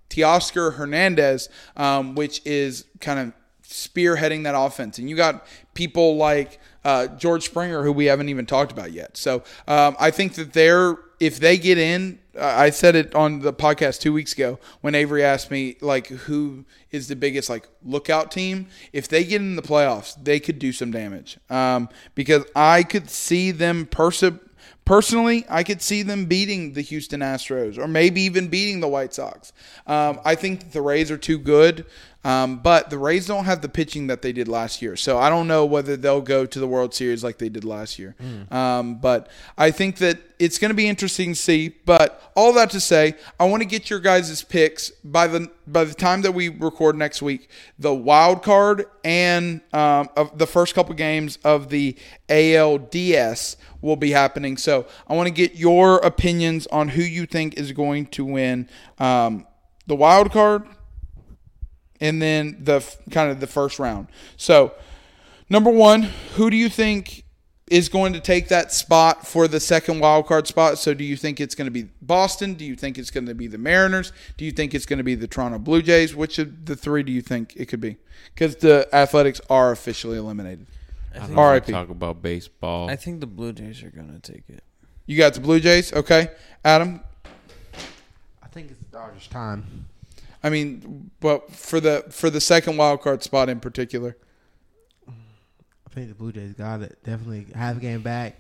[SPEAKER 1] Teoscar Hernandez, um, which is kind of spearheading that offense, and you got people like uh, George Springer, who we haven't even talked about yet. So um, I think that they're if they get in, I I said it on the podcast two weeks ago when Avery asked me like who is the biggest like lookout team. If they get in the playoffs, they could do some damage um, because I could see them perse- personally. I could see them beating the Houston Astros or maybe even beating the White Sox. Um, I think that the Rays are too good. Um, but the Rays don't have the pitching that they did last year, so I don't know whether they'll go to the World Series like they did last year. Um, but I think that it's going to be interesting to see. But all that to say, I want to get your guys' picks by the by the time that we record next week. The wild card and um, of the first couple games of the ALDS will be happening. So I want to get your opinions on who you think is going to win um, the wild card and then the f- kind of the first round. So, number one, who do you think is going to take that spot for the second wild card spot? So, do you think it's going to be Boston? Do you think it's going to be the Mariners? Do you think it's going to be the Toronto Blue Jays? Which of the three do you think it could be? Because the Athletics are officially eliminated.
[SPEAKER 2] I
[SPEAKER 1] think- R.I.P..
[SPEAKER 2] Talk about baseball.
[SPEAKER 3] I think the Blue Jays are gonna take it.
[SPEAKER 1] You got the Blue Jays, okay, Adam.
[SPEAKER 4] I think it's Dodgers' time.
[SPEAKER 1] I I mean, but for the for the second wild card spot in particular,
[SPEAKER 4] I think the Blue Jays got it. Definitely half a game back.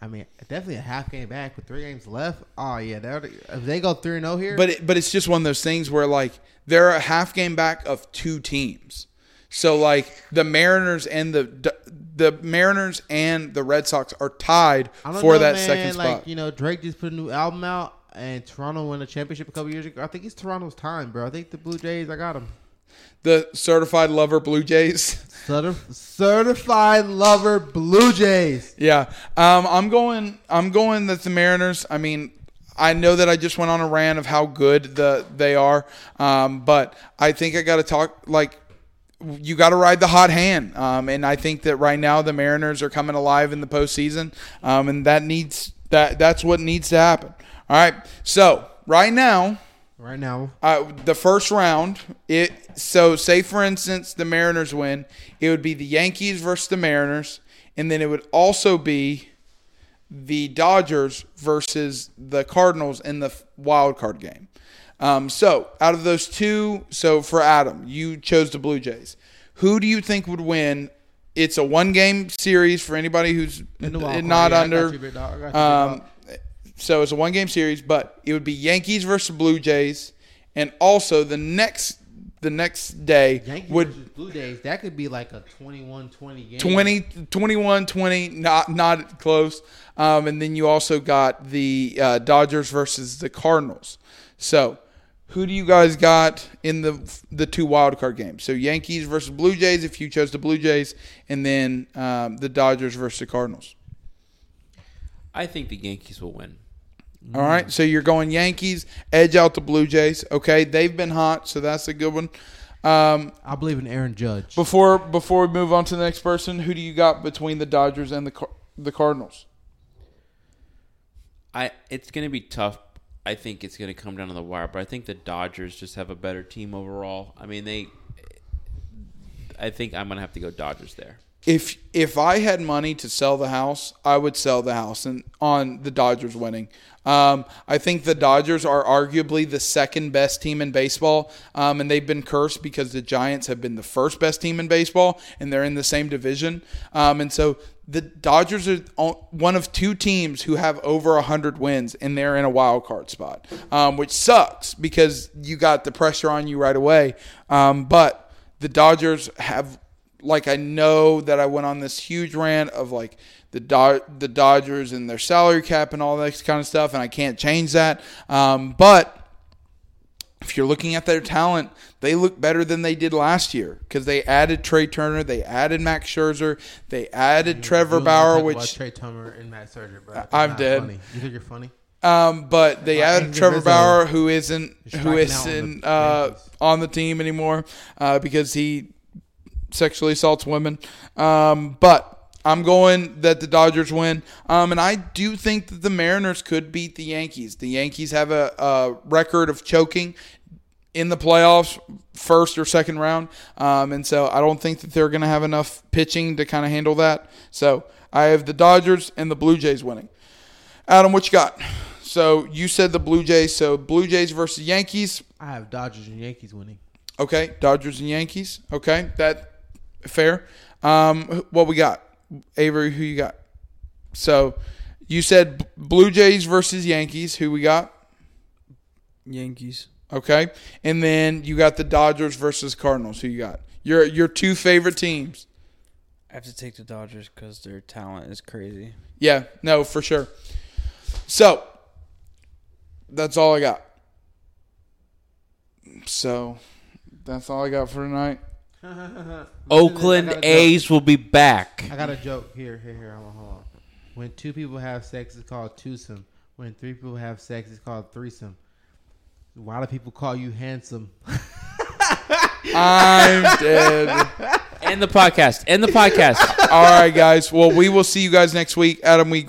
[SPEAKER 4] I mean, definitely a half game back with three games left. Oh yeah, they're- if they go three and zero here,
[SPEAKER 1] but it, but it's just one of those things where like they're a half game back of two teams. So like the Mariners and the the Mariners and the Red Sox are tied
[SPEAKER 4] I don't
[SPEAKER 1] for
[SPEAKER 4] know,
[SPEAKER 1] that
[SPEAKER 4] man.
[SPEAKER 1] second
[SPEAKER 4] like,
[SPEAKER 1] spot.
[SPEAKER 4] You know, Drake just put a new album out, and Toronto won a championship a couple years ago. I think it's Toronto's time, bro. I think the Blue Jays. I got them.
[SPEAKER 1] the certified lover Blue Jays.
[SPEAKER 4] Certif- certified lover Blue Jays.
[SPEAKER 1] Yeah, um, I'm going. I'm going that the Mariners. I mean, I know that I just went on a rant of how good the they are, um, but I think I got to talk like you got to ride the hot hand, um, and I think that right now the Mariners are coming alive in the postseason, um, and that needs that that's what needs to happen. All right, so right now.
[SPEAKER 4] Right now,
[SPEAKER 1] Uh, the first round, it so say for instance the Mariners win, it would be the Yankees versus the Mariners, and then it would also be the Dodgers versus the Cardinals in the f- wild card game. Um, so out of those two, so for Adam, you chose the Blue Jays. Who do you think would win? It's a one game series for anybody who's
[SPEAKER 4] In the wild
[SPEAKER 1] not
[SPEAKER 4] card. Yeah, I got
[SPEAKER 1] under.
[SPEAKER 4] you, big dog. I got you, big
[SPEAKER 1] um,
[SPEAKER 4] dog.
[SPEAKER 1] so it's a one game series, but it would be Yankees versus Blue Jays, and also the next the next day
[SPEAKER 4] Yankees
[SPEAKER 1] would
[SPEAKER 4] versus Blue Jays. That could be like a 21-20 game.
[SPEAKER 1] 20, 21 20, not not close. Um, and then you also got the uh, Dodgers versus the Cardinals. So who do you guys got in the the two wild card games? So Yankees versus Blue Jays, if you chose the Blue Jays, and then um, the Dodgers versus the Cardinals.
[SPEAKER 2] I think the Yankees will win.
[SPEAKER 1] All right, so you're going Yankees, edge out the Blue Jays. Okay, they've been hot, so that's a good one. Um,
[SPEAKER 4] I believe in Aaron Judge.
[SPEAKER 1] before before we move on to the next person, who do you got between the Dodgers and the Car- the Cardinals?
[SPEAKER 2] I it's going to be tough. I think it's going to come down to the wire, but I think the Dodgers just have a better team overall. I mean, they. I think I'm going to have to go Dodgers there.
[SPEAKER 1] If if I had money to sell the house, I would sell the house and on the Dodgers winning. Um, I think the Dodgers are arguably the second best team in baseball, um, and they've been cursed because the Giants have been the first best team in baseball, and they're in the same division. Um, and so the Dodgers are on- one of two teams who have over 100 wins, and they're in a wild card spot, um, which sucks because you got the pressure on you right away. Um, but the Dodgers have, like, I know that I went on this huge rant of like the Do- the Dodgers and their salary cap and all that kind of stuff, and I can't change that. Um, but if you're looking at their talent, they look better than they did last year because they added Trey Turner, they added Max Scherzer, they added Trevor Bauer, which
[SPEAKER 4] Trey Tummer and Matt Serger, bro.
[SPEAKER 1] I'm not dead. funny.
[SPEAKER 4] You think you're funny?
[SPEAKER 1] um, but they
[SPEAKER 4] Like
[SPEAKER 1] added
[SPEAKER 4] Anthony
[SPEAKER 1] Trevor
[SPEAKER 4] Rizzo.
[SPEAKER 1] Bauer, who isn't
[SPEAKER 4] He's
[SPEAKER 1] who
[SPEAKER 4] striking out on
[SPEAKER 1] isn't
[SPEAKER 4] the
[SPEAKER 1] uh,
[SPEAKER 4] Yankees.
[SPEAKER 1] on the team anymore uh, because he sexually assaults women. Um, but I'm going that the Dodgers win. Um, and I do think that the Mariners could beat the Yankees. The Yankees have a, a record of choking in the playoffs, first or second round. Um, and so I don't think that they're going to have enough pitching to kind of handle that. So I have the Dodgers and the Blue Jays winning. Adam, what you got? So you said the Blue Jays. So Blue Jays versus Yankees.
[SPEAKER 4] I have Dodgers and Yankees winning.
[SPEAKER 1] Okay, Dodgers and Yankees. Okay, that fair. Um, wh- what we got, Avery? Who you got? So you said B- Blue Jays versus Yankees. Who we got?
[SPEAKER 3] Yankees.
[SPEAKER 1] Okay, and then you got the Dodgers versus Cardinals. Who you got? Your your two favorite teams.
[SPEAKER 3] I have to take the Dodgers because their talent is crazy.
[SPEAKER 1] Yeah, no, for sure. So that's all I got. So that's all I got for tonight.
[SPEAKER 4] I
[SPEAKER 2] Oakland
[SPEAKER 4] gotta go.
[SPEAKER 2] A's will be back.
[SPEAKER 4] I got a joke here, here, here. Hold on, hold on. When two people have sex, it's called twosome. When three people have sex, it's called threesome. Why do people call you handsome?
[SPEAKER 1] I'm dead.
[SPEAKER 2] End the podcast. End the podcast.
[SPEAKER 1] All right, guys. Well, we will see you guys next week. Adam, we